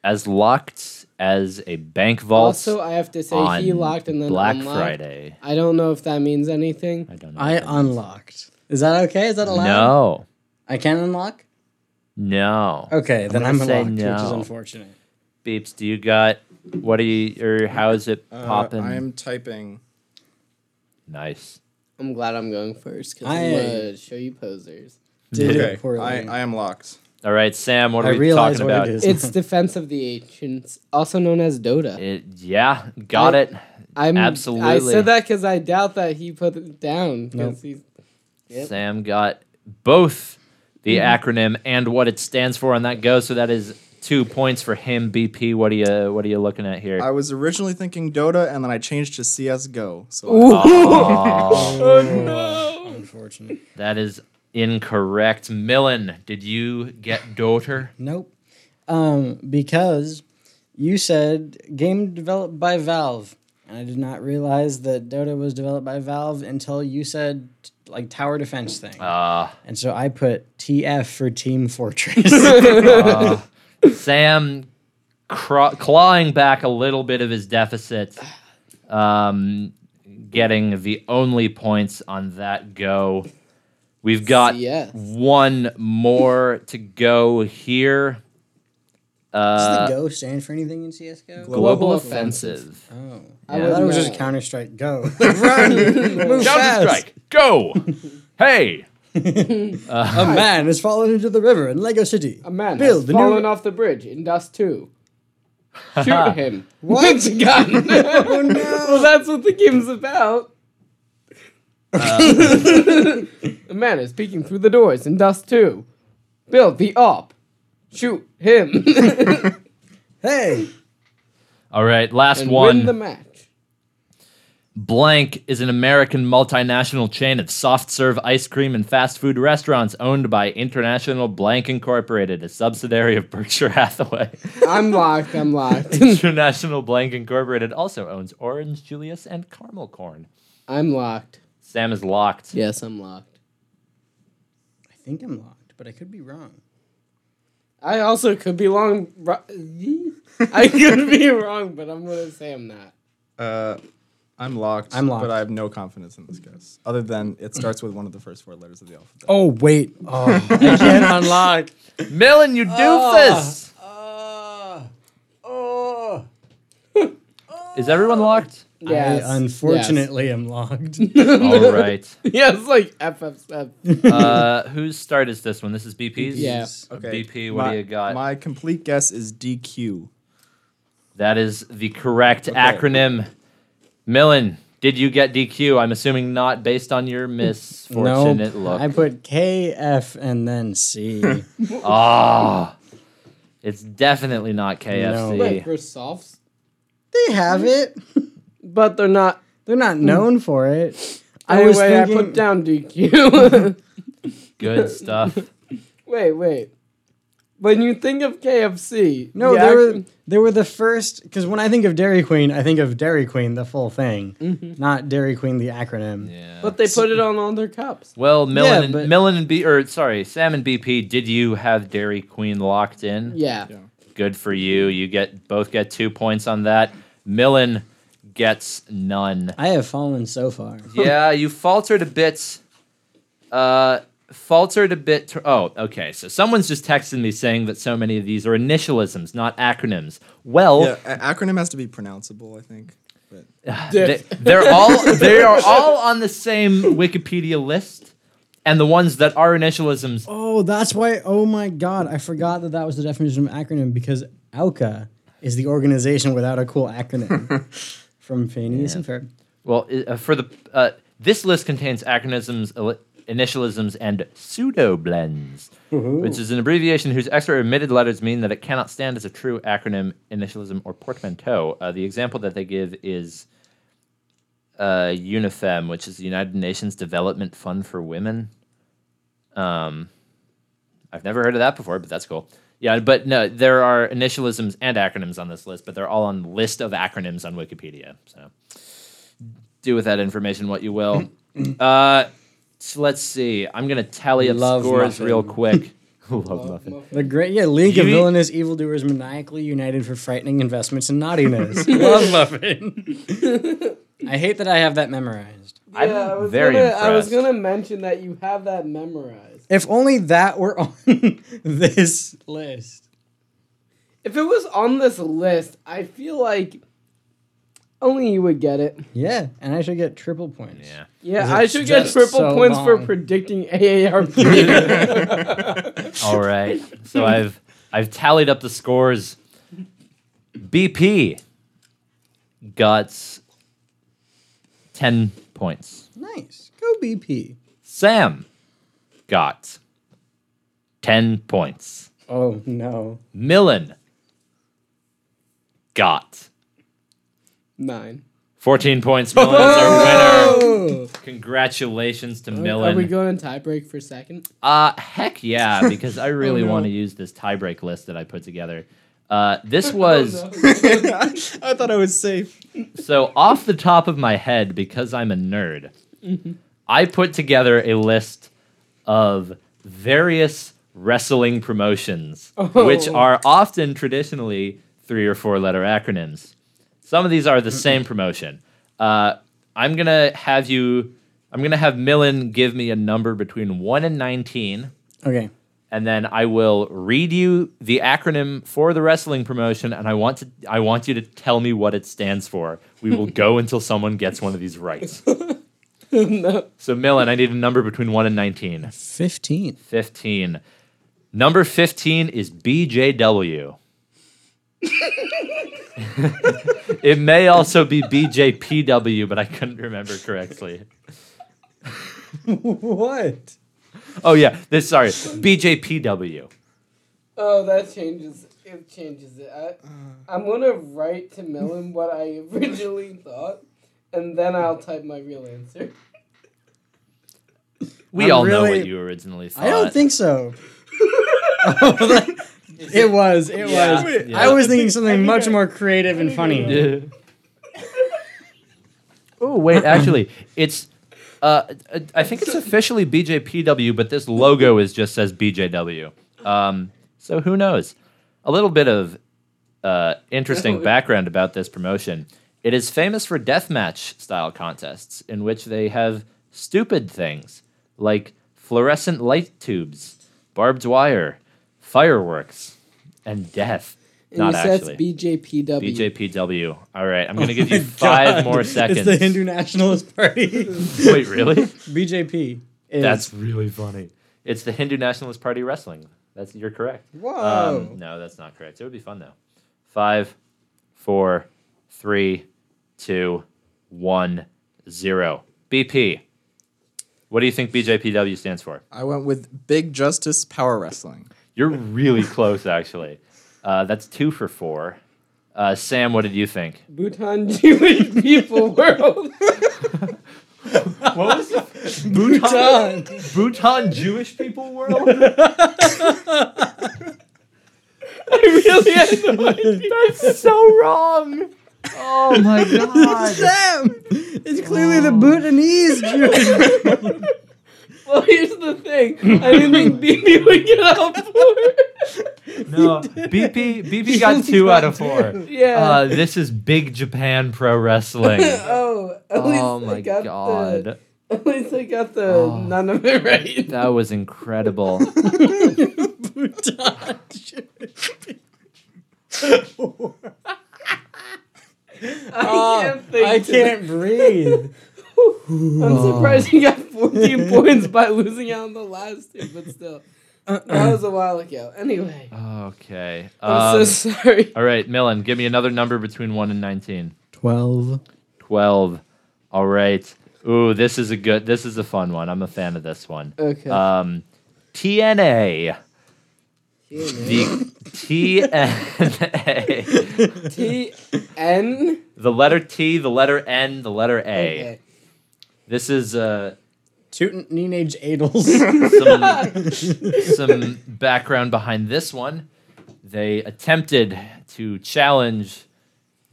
as locked as a bank vault
Also, I have to say
on
he locked and then
Black
unlocked.
Friday.
I don't know if that means anything.
I don't know.
I unlocked. Is that okay? Is that allowed?
no,
I can unlock.
no.
Okay, then
gonna
I'm,
say
unlocked, which is
no.
unfortunate.
Beeps, do you got what are you or how is it
Uh,
popping?
I'm typing.
nice.
I'm glad I'm going first because
I-
I'm going to show you
*laughs*
posers.
Did
okay,
it poorly.
I, I am locked.
All right, Sam, what are
I
we
realize
talking
what
about?
it is.
It's Defense of the Ancients, also known as Dota.
It- yeah, got
I-
it.
I'm, I
absolutely.
said that because I doubt that he put it down. 'cause
Nope.
he's- Yep. Mm-hmm.
Sam got both the acronym and what it stands for on that go. So that is two points for him. BP, what are you what are you looking at here?
I was originally thinking Dota, and then I changed to CS:GO. So
Oh,
no. Unfortunate.
that is incorrect. Millen, did you get daughter?
Nope. Um, because you said game developed by Valve, and I did not realize that Dota was developed by Valve until you said like tower defense thing,
Uh,
and so I put TF for Team
*laughs*
Fortress. *laughs*
Sam craw- clawing back a little bit of his deficit, um, getting the only points on that go. We've got
Yes.
one more to go here.
Does
Uh,
the Go stand for anything in CS:GO?
global
Global
offensive.
oh,
Yeah.
I thought it was just
No. *laughs*
*laughs* Counter Strike. Go, run,
Counter
move fast.
strike. Go. hey.
A man has fallen into the river in Lego City.
A man
Bill,
has
the
fallen
new-
off the bridge in Dust 2.
*laughs*
Shoot him. What? a gun. oh, no. Well, that's what the game's about. *laughs* a Uh, man is peeking through the doors in Dust 2. Bill, the op. Shoot
*laughs*
him.
*laughs* Hey,
All right, last
and
one.
win the match.
Blank is an American multinational chain of soft serve ice cream and fast food restaurants owned by International Blank Incorporated, a subsidiary of Berkshire Hathaway.
I'm locked. I'm locked.
International Blank Incorporated also owns Orange Julius and Caramel Corn.
I'm locked.
Sam is locked.
Yes, I'm locked.
I think I'm locked, but I could be wrong.
I also could be long. *laughs* I could be wrong, but I'm gonna say I'm not.
Uh, I'm locked.
I'm locked.
But I have no confidence in this guess, other than it starts with one of the first four letters of the alphabet.
Oh *laughs* wait, oh, I can't unlock.
*laughs* Millen, you doofus!
Uh, Oh,
Is everyone locked?
Yes,
I unfortunately am locked.
All right.
yes, *laughs* yes like FFF.
Uh, whose start is this one? This is
*laughs*
BP's?
*laughs*
Yeah.
BP, what
my,
do you got?
My complete guess is DQ.
That is the correct acronym. Millen, did you get DQ? I'm assuming not based on your misfortunate
I
look.
put K, F, and then *laughs* C.
Ah. it's definitely not KFC.
Microsoft's,
they have it.
but they're not.
They're not known for it. I
Hmm. Anyway,
was
I
thinking,
put down *laughs* DQ.
*laughs*
Good stuff.
wait, wait. When you think of KFC,
No,
the
they were
ac-
they were the first because when I think of Dairy Queen, I think of Dairy Queen the full thing, not Dairy Queen the acronym.
Yeah.
But they put it on all their cups.
well, Millen,
Yeah,
and,
but-
Millen and B, or sorry, Sam and BP, did you have Dairy Queen locked in?
Yeah.
Good for you. You get both get two points on that. Millen gets none.
I have fallen so far.
yeah, you faltered a bit. Uh, faltered a bit. tr- oh, okay. So someone's just texted me saying that so many of these are initialisms, not acronyms. Well,
Yeah, a- acronym has to be pronounceable, I think. But
they, they're all they are all on the same Wikipedia list, and the ones that are initialisms.
Oh, that's why. Oh my God, I forgot that that was the definition of acronym because ALCA is the organization without a cool *laughs* acronym from Phineas and Ferb.
Well, i- uh, for the uh, this list contains acronyms, ili- initialisms, and pseudo blends, which is an abbreviation whose extra omitted letters mean that it cannot stand as a true acronym, initialism, or portmanteau. Uh, the example that they give is uh, UNIFEM, which is the United Nations Development Fund for Women. Um, I've never heard of that before, but that's cool. Yeah, but no, there are initialisms and acronyms on this list, but they're all on list of acronyms on Wikipedia. So do with that information what you will. uh, so let's see. I'm gonna tally up
Love
scores
muffin.
real quick. Love muffin.
The great yeah, League of
You-
Villainous Evildoers maniacally united for frightening investments
*laughs*
and naughtiness. Love muffin. I hate that I have that memorized.
I'm
yeah, I was
very
gonna,
impressed.
I was gonna mention that you have that memorized.
If only that were on *laughs* this list.
If it was on this list, I feel like only you would get it.
Yeah, and I should get triple points.
Yeah.
Yeah,
it
I should get
just
triple
so
points for
long?
predicting AARP.
All right. So I've I've tallied up the scores. BP got ten points.
Nice. Go BP.
Sam got ten points.
Oh *laughs* no.
Millen got
*laughs* Nine.
14 points. Millen's our winner. Congratulations to
Oh! Are we
Millen.
going to tiebreak for second?
uh, heck yeah, because I
Oh,
really want to use this tiebreak list that I put together. Uh,
*laughs* Oh,
this was
I thought I was safe.
so off the top of my head because I'm a nerd. I put together a list of various wrestling promotions, which are often traditionally three or four letter acronyms. Some of these are the same promotion. Uh, I'm gonna have you. I'm gonna have Millen give me a number between one and nineteen
Okay.
and then I will read you the acronym for the wrestling promotion, and I want to I
*laughs*
want you to tell me what it stands for. We will go until someone gets one of these right. So, Millen, I need a number between 1 and 19.
15.
15. Number 15 is
*laughs*
BJW. it may also be BJPW, but I couldn't remember correctly.
*laughs* What?
Oh, yeah. This, sorry. BJPW.
Oh, that changes. It changes it.
Uh.
I, I'm gonna write to
*laughs*
Millen what I originally thought, and then I'll type my real answer.
We
I'm
all know
really-
what you originally thought.
I don't think so. *laughs* it was. It
Yeah.
was.
Yeah.
I was thinking something much more creative and funny.
*laughs* oh wait, actually, it's. Uh, I think it's officially BJPW, but this logo is just says BJW. Um, so who knows? A little bit of uh, interesting background about this promotion. It is famous for deathmatch style contests in which they have stupid things like fluorescent light tubes, barbed wire, fireworks, and death. Not actually.
BJPW.
BJPW. All right, I'm gonna
*laughs*
give you five more seconds.
Oh It's the Hindu Nationalist Party.
*laughs* Wait, really?
BJP. is-
That's really funny. It's the Hindu Nationalist Party wrestling. That's you're correct.
Whoa.
Um, no, that's not correct. It would be fun though. Five, four, three, two, one, zero. BP. What do you think BJPW stands for?
I went with Big Justice Power Wrestling.
You're really close, actually. Uh, that's two for four. Uh, Sam, what did you think?
Bhutan *laughs* Jewish People World. *laughs*
What was the Bhutan? *laughs* Bhutan Jewish people world?
I really
*laughs*
had no idea.
That's so wrong. Oh
*laughs*
my god.
Damn! It's clearly the Bhutanese Jewish.
*laughs*
Well, here's the thing. I didn't think BB would get on
*laughs*
board.
No. BP BP got two out of four.
Yeah.
Uh, this is Big Japan Pro Wrestling.
oh, *laughs* at
Oh
least I
my
got the.
god.
At least I got the
Oh.
none of it right. *laughs*
That was incredible.
Bhutan Jewish.
Oh,
I can't think.
I
today.
can't breathe.
I'm surprised you got 14
*laughs*
points by losing out on the last two, but still.
Uh-uh.
That was a while ago. Anyway,
Okay.
I'm
um,
so sorry.
all right, Millen, give me another number between 1 and 19.
Twelve.
12. All right. Ooh, this is a good this is a fun one. I'm a fan of this one.
Okay.
Um TNA. The
*laughs*
TNA.
T N.
The letter T, the letter N, the letter A.
Okay.
This is uh,
Tootin' teenage
*laughs*
adels.
some, some background behind this one. They attempted to challenge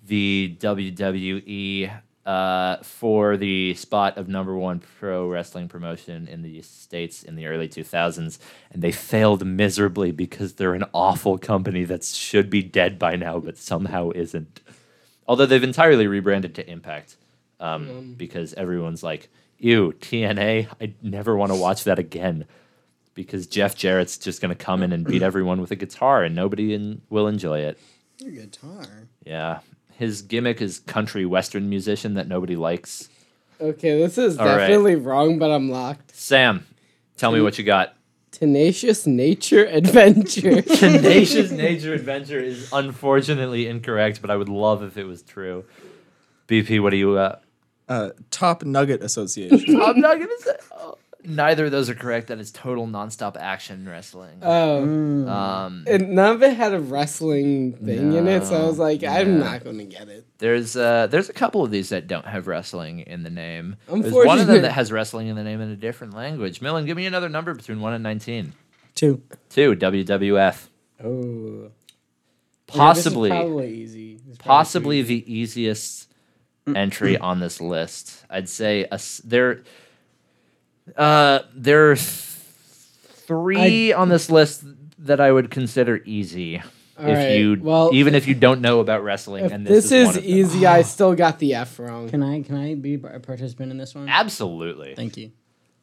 the WWE uh, for the spot of number one pro wrestling promotion in the States in the early 2000s, and they failed miserably because they're an awful company that should be dead by now, but somehow isn't. Although they've entirely rebranded to Impact um, because everyone's like, ew, TNA, I never want to watch that again because Jeff Jarrett's just going to come in and beat everyone with a guitar and nobody in, will enjoy it.
Guitar.
Yeah. His gimmick is country western musician that nobody likes.
Okay, this is
All right.
definitely wrong, but I'm locked.
Sam, tell me what you got.
Tenacious Nature Adventure.
*laughs* Tenacious Nature Adventure is unfortunately incorrect, but I would love if it was true. BP, what do you got?
*laughs* Uh, Top Nugget Association.
I'm not going to say. oh. Neither of those are correct. That is total nonstop action wrestling.
Oh,
um,
and none of it had a wrestling thing in it, so I was like, I'm not going to get it.
There's uh, there's a couple of these that don't have wrestling in the name. There's one of
Unfortunate.
them that has wrestling in the name in a different language. Millen, give me another number between one and nineteen.
Two.
Two WWF,
Oh.
possibly
probably easy.
possibly the easiest entry on this list. I'd say a s there uh, there are th- three on this list that I would consider easy.
All
if
right,
you
well,
even if you don't know about wrestling,
If
and
this,
this, is,
is,
one of them.
easy, I still got the F wrong.
Can I can I be a participant in this one?
Absolutely.
Thank you.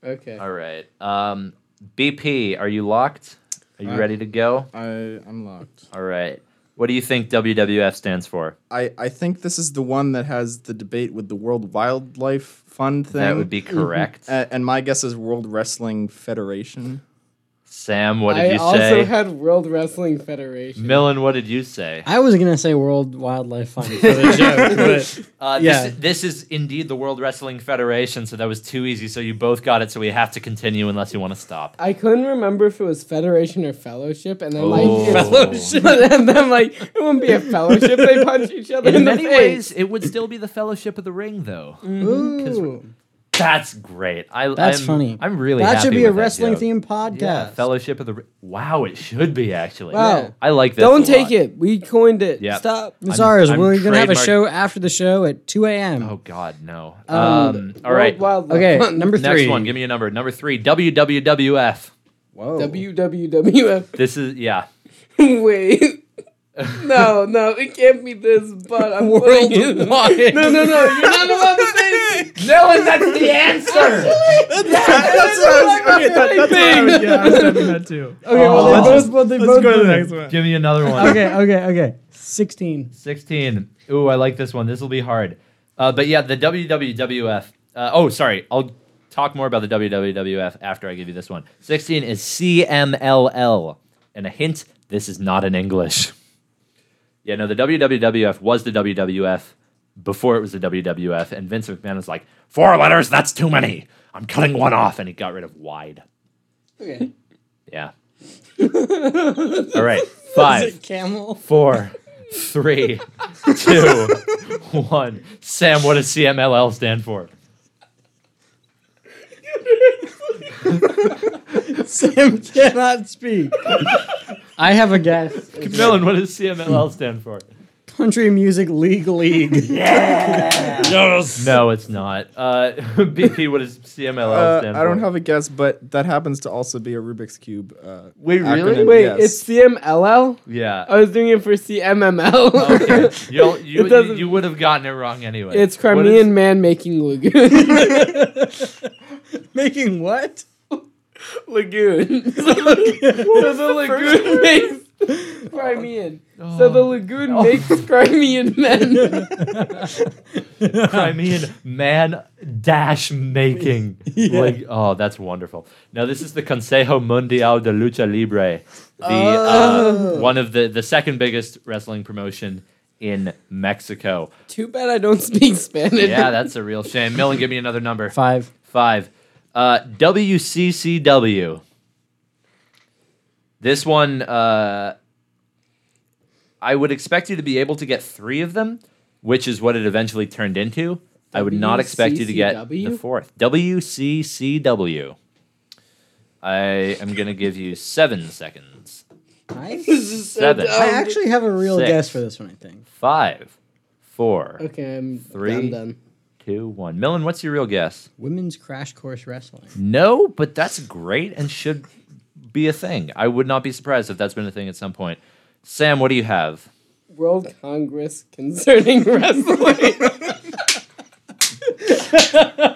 Okay.
All right. Um, BP, are you locked? Are you ready to go?
*laughs* I, I'm locked.
All right. What do you think WWF stands for?
I, I think this is the one that has the debate with the World Wildlife Fund thing.
That would be
*laughs*
correct.
A- and my guess is World Wrestling Federation.
Sam, what did
I
you
also
say?
had World Wrestling Federation.
Millen, what did you say?
I was gonna say World Wildlife Fund for the joke, but
Uh, this,
Yeah.
is, this is indeed the World Wrestling Federation, so that was too easy. So you both got it. So we have to continue unless you want to stop.
I couldn't remember if it was Federation or Fellowship, and then
Oh.
like fellowship, *laughs* and then like it wouldn't be a fellowship. They punch each other in,
In
the
many
face.
ways, it would still be the Fellowship of the Ring, though.
ooh,
That's great. I,
that's
I'm-
funny.
I'm really
that
happy
should be
with
a wrestling
joke.
themed podcast.
Yeah, Fellowship of the Ri- Wow, it should be actually.
Wow.
I like this.
Don't
a
take
lot.
it. We coined it.
Yep.
Stop.
It's
I'm-
ours.
I'm
We're gonna have a
trademark-
show after the show at two a.m.
Oh God, no. Um, all right.
World Wildlife
Okay,
Fund.
*laughs*
number
Next
three.
one. Give me a number. Number three. WWWF.
Whoa.
WWWF.
This is yeah.
*laughs*
*laughs*
Wait. No, no, it can't be this. But I'm putting it.
*laughs*
No,
*laughs* Worldwide.
no, no. You're not allowed to
*laughs*
say it.
No, and that's the answer.
That's
*laughs*
what I was- okay, that- that's what I was- yeah, I was having that too.
Okay, well,
Oh.
they both, well, they both did it.
one.
Give me another
*laughs*
one.
Okay, okay, okay. Sixteen.
Sixteen. Ooh, I like this one. This will be hard. Uh, but yeah, the WWWF. Uh, oh, sorry. I'll talk more about the WWWF after I give you this one. Sixteen is CMLL, and a hint: this is not in English. *laughs* Yeah, no, the WWWF was the WWF before it was the WWF, and Vince McMahon was like, four letters, that's too many. I'm cutting one off, and he got rid of wide.
Okay.
Yeah. *laughs* All right. Five,
Camel.
four, three, two, one. Sam, what does CMLL stand for?
*laughs* Sam cannot speak. I have a guess.
Millen, what does CMLL stand for?
Country Music League
*laughs*
League.
No, it's not. Uh, *laughs* BP, what does CMLL
Uh,
stand for?
I don't have a guess, but that happens to also be a Rubik's Cube. Uh,
Wait, really?
acronym,
Wait,
yes.
it's CMLL.
Yeah.
*laughs* I was doing it for CMML. *laughs*
Okay. You, don't- you,
It doesn't-
you would have gotten it wrong anyway.
It's
What is- *laughs*
Crimean man making lagoon. *laughs*
Making what?
*laughs*
lagoon. So, so the lagoon makes *laughs* Oh. Crimean. So
Oh.
the lagoon *laughs* makes Crimean men.
Crimean man dash making. Like, oh, that's wonderful. Now this is the Consejo Mundial de Lucha Libre, the uh, one of the the second biggest wrestling promotion in Mexico.
*laughs* Too bad I don't speak Spanish.
Yeah, that's a real shame. Millen, give me another number.
Five.
Five. Uh, WCCW. This one, uh, I would expect you to be able to get three of them, which is what it eventually turned into. I would not expect you to get the
WCCW?
fourth. WCCW. I am going to give you seven seconds.
Nice.
This is so
Seven.
dumb.
I actually have a real
Six.
guess for this one, I think.
Five, four, two, one.
Okay, I'm
Three.
I'm done.
Millen, what's your real guess?
Women's Crash Course Wrestling.
No, but that's great and should be a thing. I would not be surprised if that's been a thing at some point. Sam, what do you have?
World Congress concerning *laughs*
*laughs*
wrestling.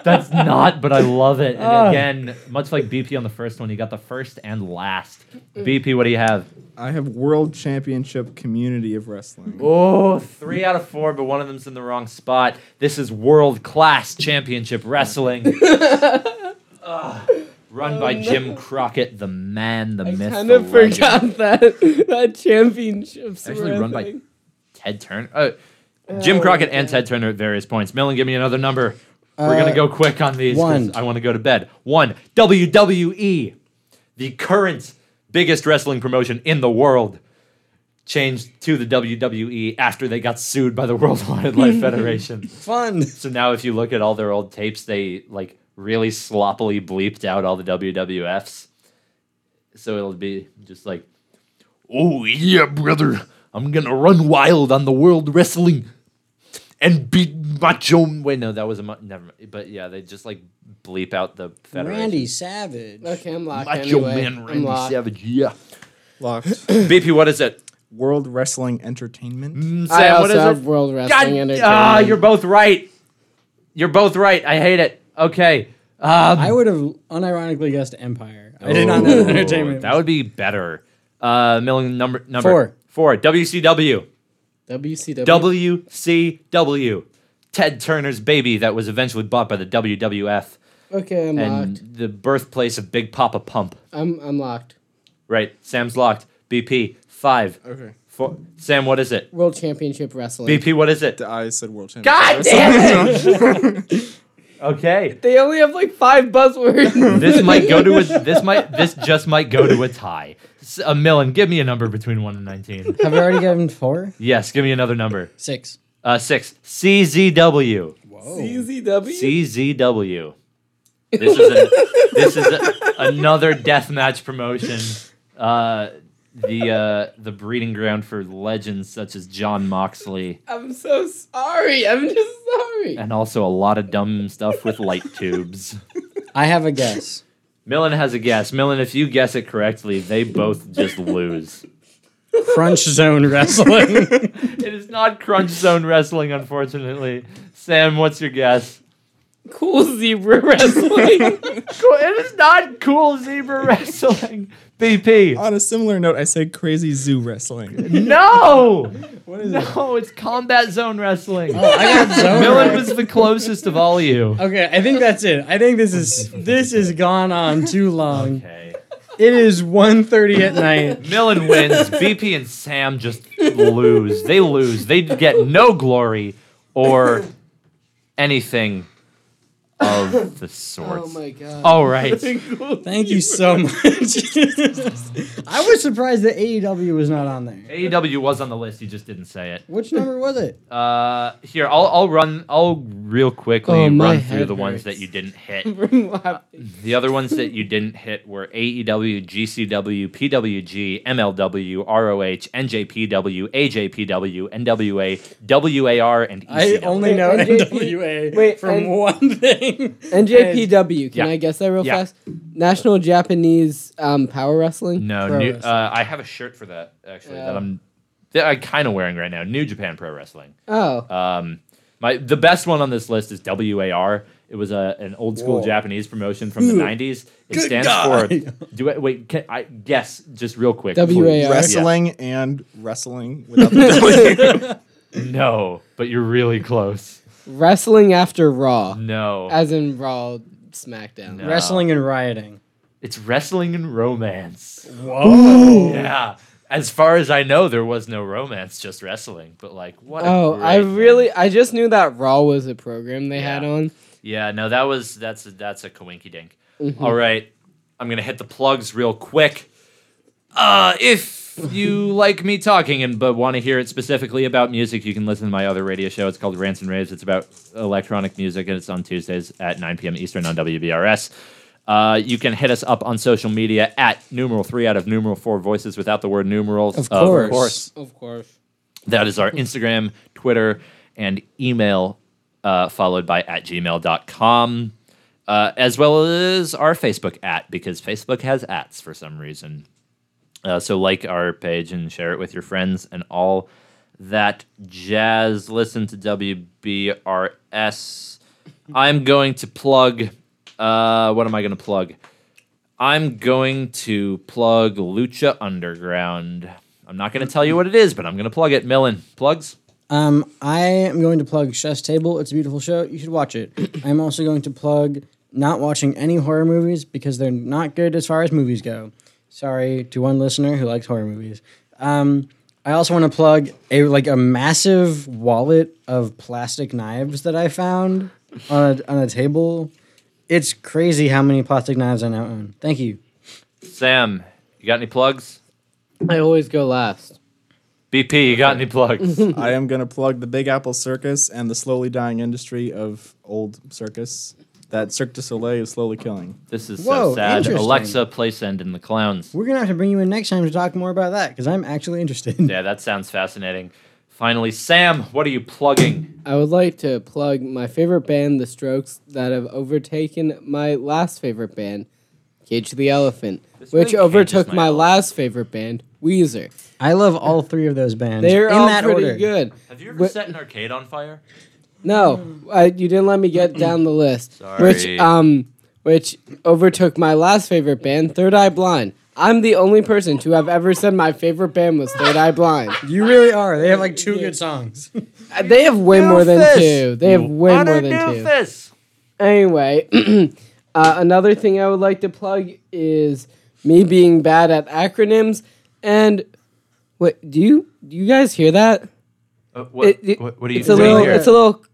That's not, but I
*laughs*
love it.
Oh.
And again, much like BP on the first one, you got the first and last. BP, what do you have?
I have World Championship Community of Wrestling.
Oh, three out of four, but one of them's in the wrong spot. This is world class championship wrestling.
*laughs*
Ugh. run by Jim Crockett, the man, the
Oh, I
myth.
kind
the
of
legend.
forgot that that championships
Actually
were a
run by- *laughs*
thing.
Ted Turner. Uh, Jim Crockett and Ted Turner at various points. Millen, give me another number. We're gonna go quick on these. 'cause
one.
I want to go to bed. One WWE, the current biggest wrestling promotion in the world, changed to the WWE after they got sued by the *laughs* World Wildlife Federation.
Fun.
So now, if you look at all their old tapes, they like really sloppily bleeped out all the WWFs. So it'll be just like, oh yeah, brother, I'm gonna run wild on the world wrestling and beat Macho. Wait, no, that was a mu- never. Mind. But yeah, they just like bleep out the federation.
Randy Savage.
Okay, I'm locked.
Macho
anyway.
Man
I'm
Randy
locked.
Savage. Yeah.
Locked.
BP, what is it?
World Wrestling Entertainment.
Mm,
I
Sam,
also
what is it?
have World Wrestling
God,
Entertainment.
ah, you're both right. You're both right. I hate it. Okay. Um,
I would have unironically guessed Empire. I did not know
Ooh,
entertainment.
That would be better. Uh, million number number
Four.
Four, WCW.
WCW.
WCW. Ted Turner's baby that was eventually bought by the WWF
Okay, I'm
and
locked.
the birthplace of Big Papa Pump.
I'm I'm locked.
Right. Sam's locked. BP. Five.
Okay.
Four. Sam, what is it?
World Championship Wrestling.
BP, what is it?
I said world champion.
God damn it! okay.
They only have like five
*laughs*
buzzwords. *laughs*
This might go to a, this might this just might go to a tie. S- A million. Give me a number between one and nineteen.
Have I already given four?
Yes. Give me another number.
Six.
Uh, six. CZW.
CZW.
CZW. This is a, this is a, another deathmatch promotion. Uh, the uh, the breeding ground for legends such as John Moxley
I'm so sorry. I'm just sorry.
and also a lot of dumb stuff with light tubes.
I have a guess.
Millen has a guess. Millen, if you guess it correctly, they both just lose.
Crunch Zone Wrestling. *laughs*
It is not Crunch Zone Wrestling, unfortunately. Sam, what's your guess?
Cool zebra wrestling. *laughs*
*laughs* It is not Cool Zebra *laughs* Wrestling. BP.
On a similar note, I said crazy zoo wrestling.
No!
what is it? Oh.
No, it's Combat Zone Wrestling.
I got Zone.
Millen was the closest of all you.
Okay, I think that's it. I think this is this has gone on too long.
Okay.
It is 1.30 at night.
Millen wins. BP and Sam just lose. They lose. They get no glory or anything of the sort.
oh my god. *laughs*
All right.
Thank you so much. *laughs* I was surprised that AEW was not on there.
AEW E was on the list. You just didn't say it.
Which number was it?
Uh, here, I'll, I'll run. I'll real quickly
Oh, my
run through
head
the ones that
hurts.
you didn't hit.
From
The other ones that you didn't hit were E AEW, GCW, PWG, MLW, ROH, NJPW, AJPW, NWA, WAR, and E
I
ECW.
only
Wait,
know
NJP
NWA
wait,
from
and-
one thing. *laughs*
NJPW. Can
Yeah.
I guess that real
Yeah.
fast? National Japanese um, Power Wrestling.
no,
Pro
new,
Wrestling.
uh, I have a shirt for that actually that
Oh.
I'm that I'm kind of wearing right now. New Japan Pro Wrestling.
Oh,
Um, my the best one on this list is WAR. It was a an old school
Whoa.
Japanese promotion from the '90s. It stands
*laughs*
for. Do I, wait, can I guess just real quick? before-
WAR.
Wrestling and wrestling
*laughs*
without the W.
No, but you're really close.
wrestling after Raw,
No,
as in Raw SmackDown.
No.
Wrestling and rioting.
it's wrestling and romance.
Whoa.
Yeah. As far as I know, there was no romance, just wrestling. But like, what? a
Oh, I
great thing.
really, I just knew that Raw was a program they had
Yeah.
on.
Yeah, no, that was that's a, that's a coinky dink. right, I'm gonna hit the plugs real quick. Uh, if you like me talking and but want to hear it specifically about music, you can listen to my other radio show. It's called Rants and Raves. It's about electronic music, and it's on Tuesdays at 9 p.m. Eastern on WBRS. Uh, you can hit us up on social media at numeral three out of numeral four voices without the word numerals. Of
course.
of course.
Of course.
That is our Instagram, Twitter, and email, uh, followed by at gmail.com, uh, as well as our Facebook at, because Facebook has ats for some reason. Uh, so like our page and share it with your friends and all that jazz. Listen to WBRS. I'm going to plug. Uh, what am I going to plug? I'm going to plug Lucha Underground. I'm not going to tell you what it is, but I'm going to plug it. Millen plugs.
Um, I am going to plug Chef's Table. It's a beautiful show. You should
*clears throat*
watch it. I'm also going to plug not watching any horror movies because they're not good as far as movies go. Sorry to one listener who likes horror movies. Um, I also want to plug a like a massive wallet of plastic knives that I found on a, on a table. It's crazy how many plastic knives I now own. Thank you.
Sam, you got any plugs?
I always go last.
BP, you got
*laughs*
any plugs?
I am gonna plug the Big Apple Circus and the slowly dying industry of old circus that Cirque du Soleil is slowly killing.
this is so
Whoa,
sad.
interesting.
Alexa, play send in the clowns.
We're gonna have to bring you in next time to talk more about that because I'm actually interested.
Yeah, that sounds fascinating. Finally, Sam, what are you plugging?
I would like to plug my favorite band, The Strokes, that have overtaken my last favorite band, Cage the Elephant,
really
which
cages
overtook
my
my
elephant.
last favorite band, Weezer.
I love all three of those bands.
They're
in
all
that
pretty
order.
good.
Have you
ever Wh-
set an arcade on fire?
No, uh, you didn't let me get down the list. Which
Sorry.
um, which overtook my last favorite band, Third Eye Blind. I'm the only person to have ever said my favorite band was Third Eye Blind.
You really are. They have like two good songs.
Uh, They have way more than
Doofus.
two. They have way
What
more
a
than two.
doofus.
Anyway, *clears throat* uh, another thing I would like to plug is me being bad at acronyms. And what do you do? You guys hear that?
Uh, what,
It- it-
what, what are you
It's a
doing
little.
here?
It's a little.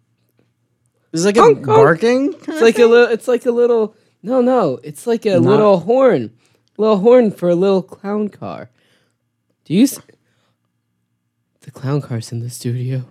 Is it like
Honk, honk.
a barking?
It's like a little. It's like a little. No, no. It's like a little horn. Little horn for a little clown car. Do you? S- the clown car's in the studio.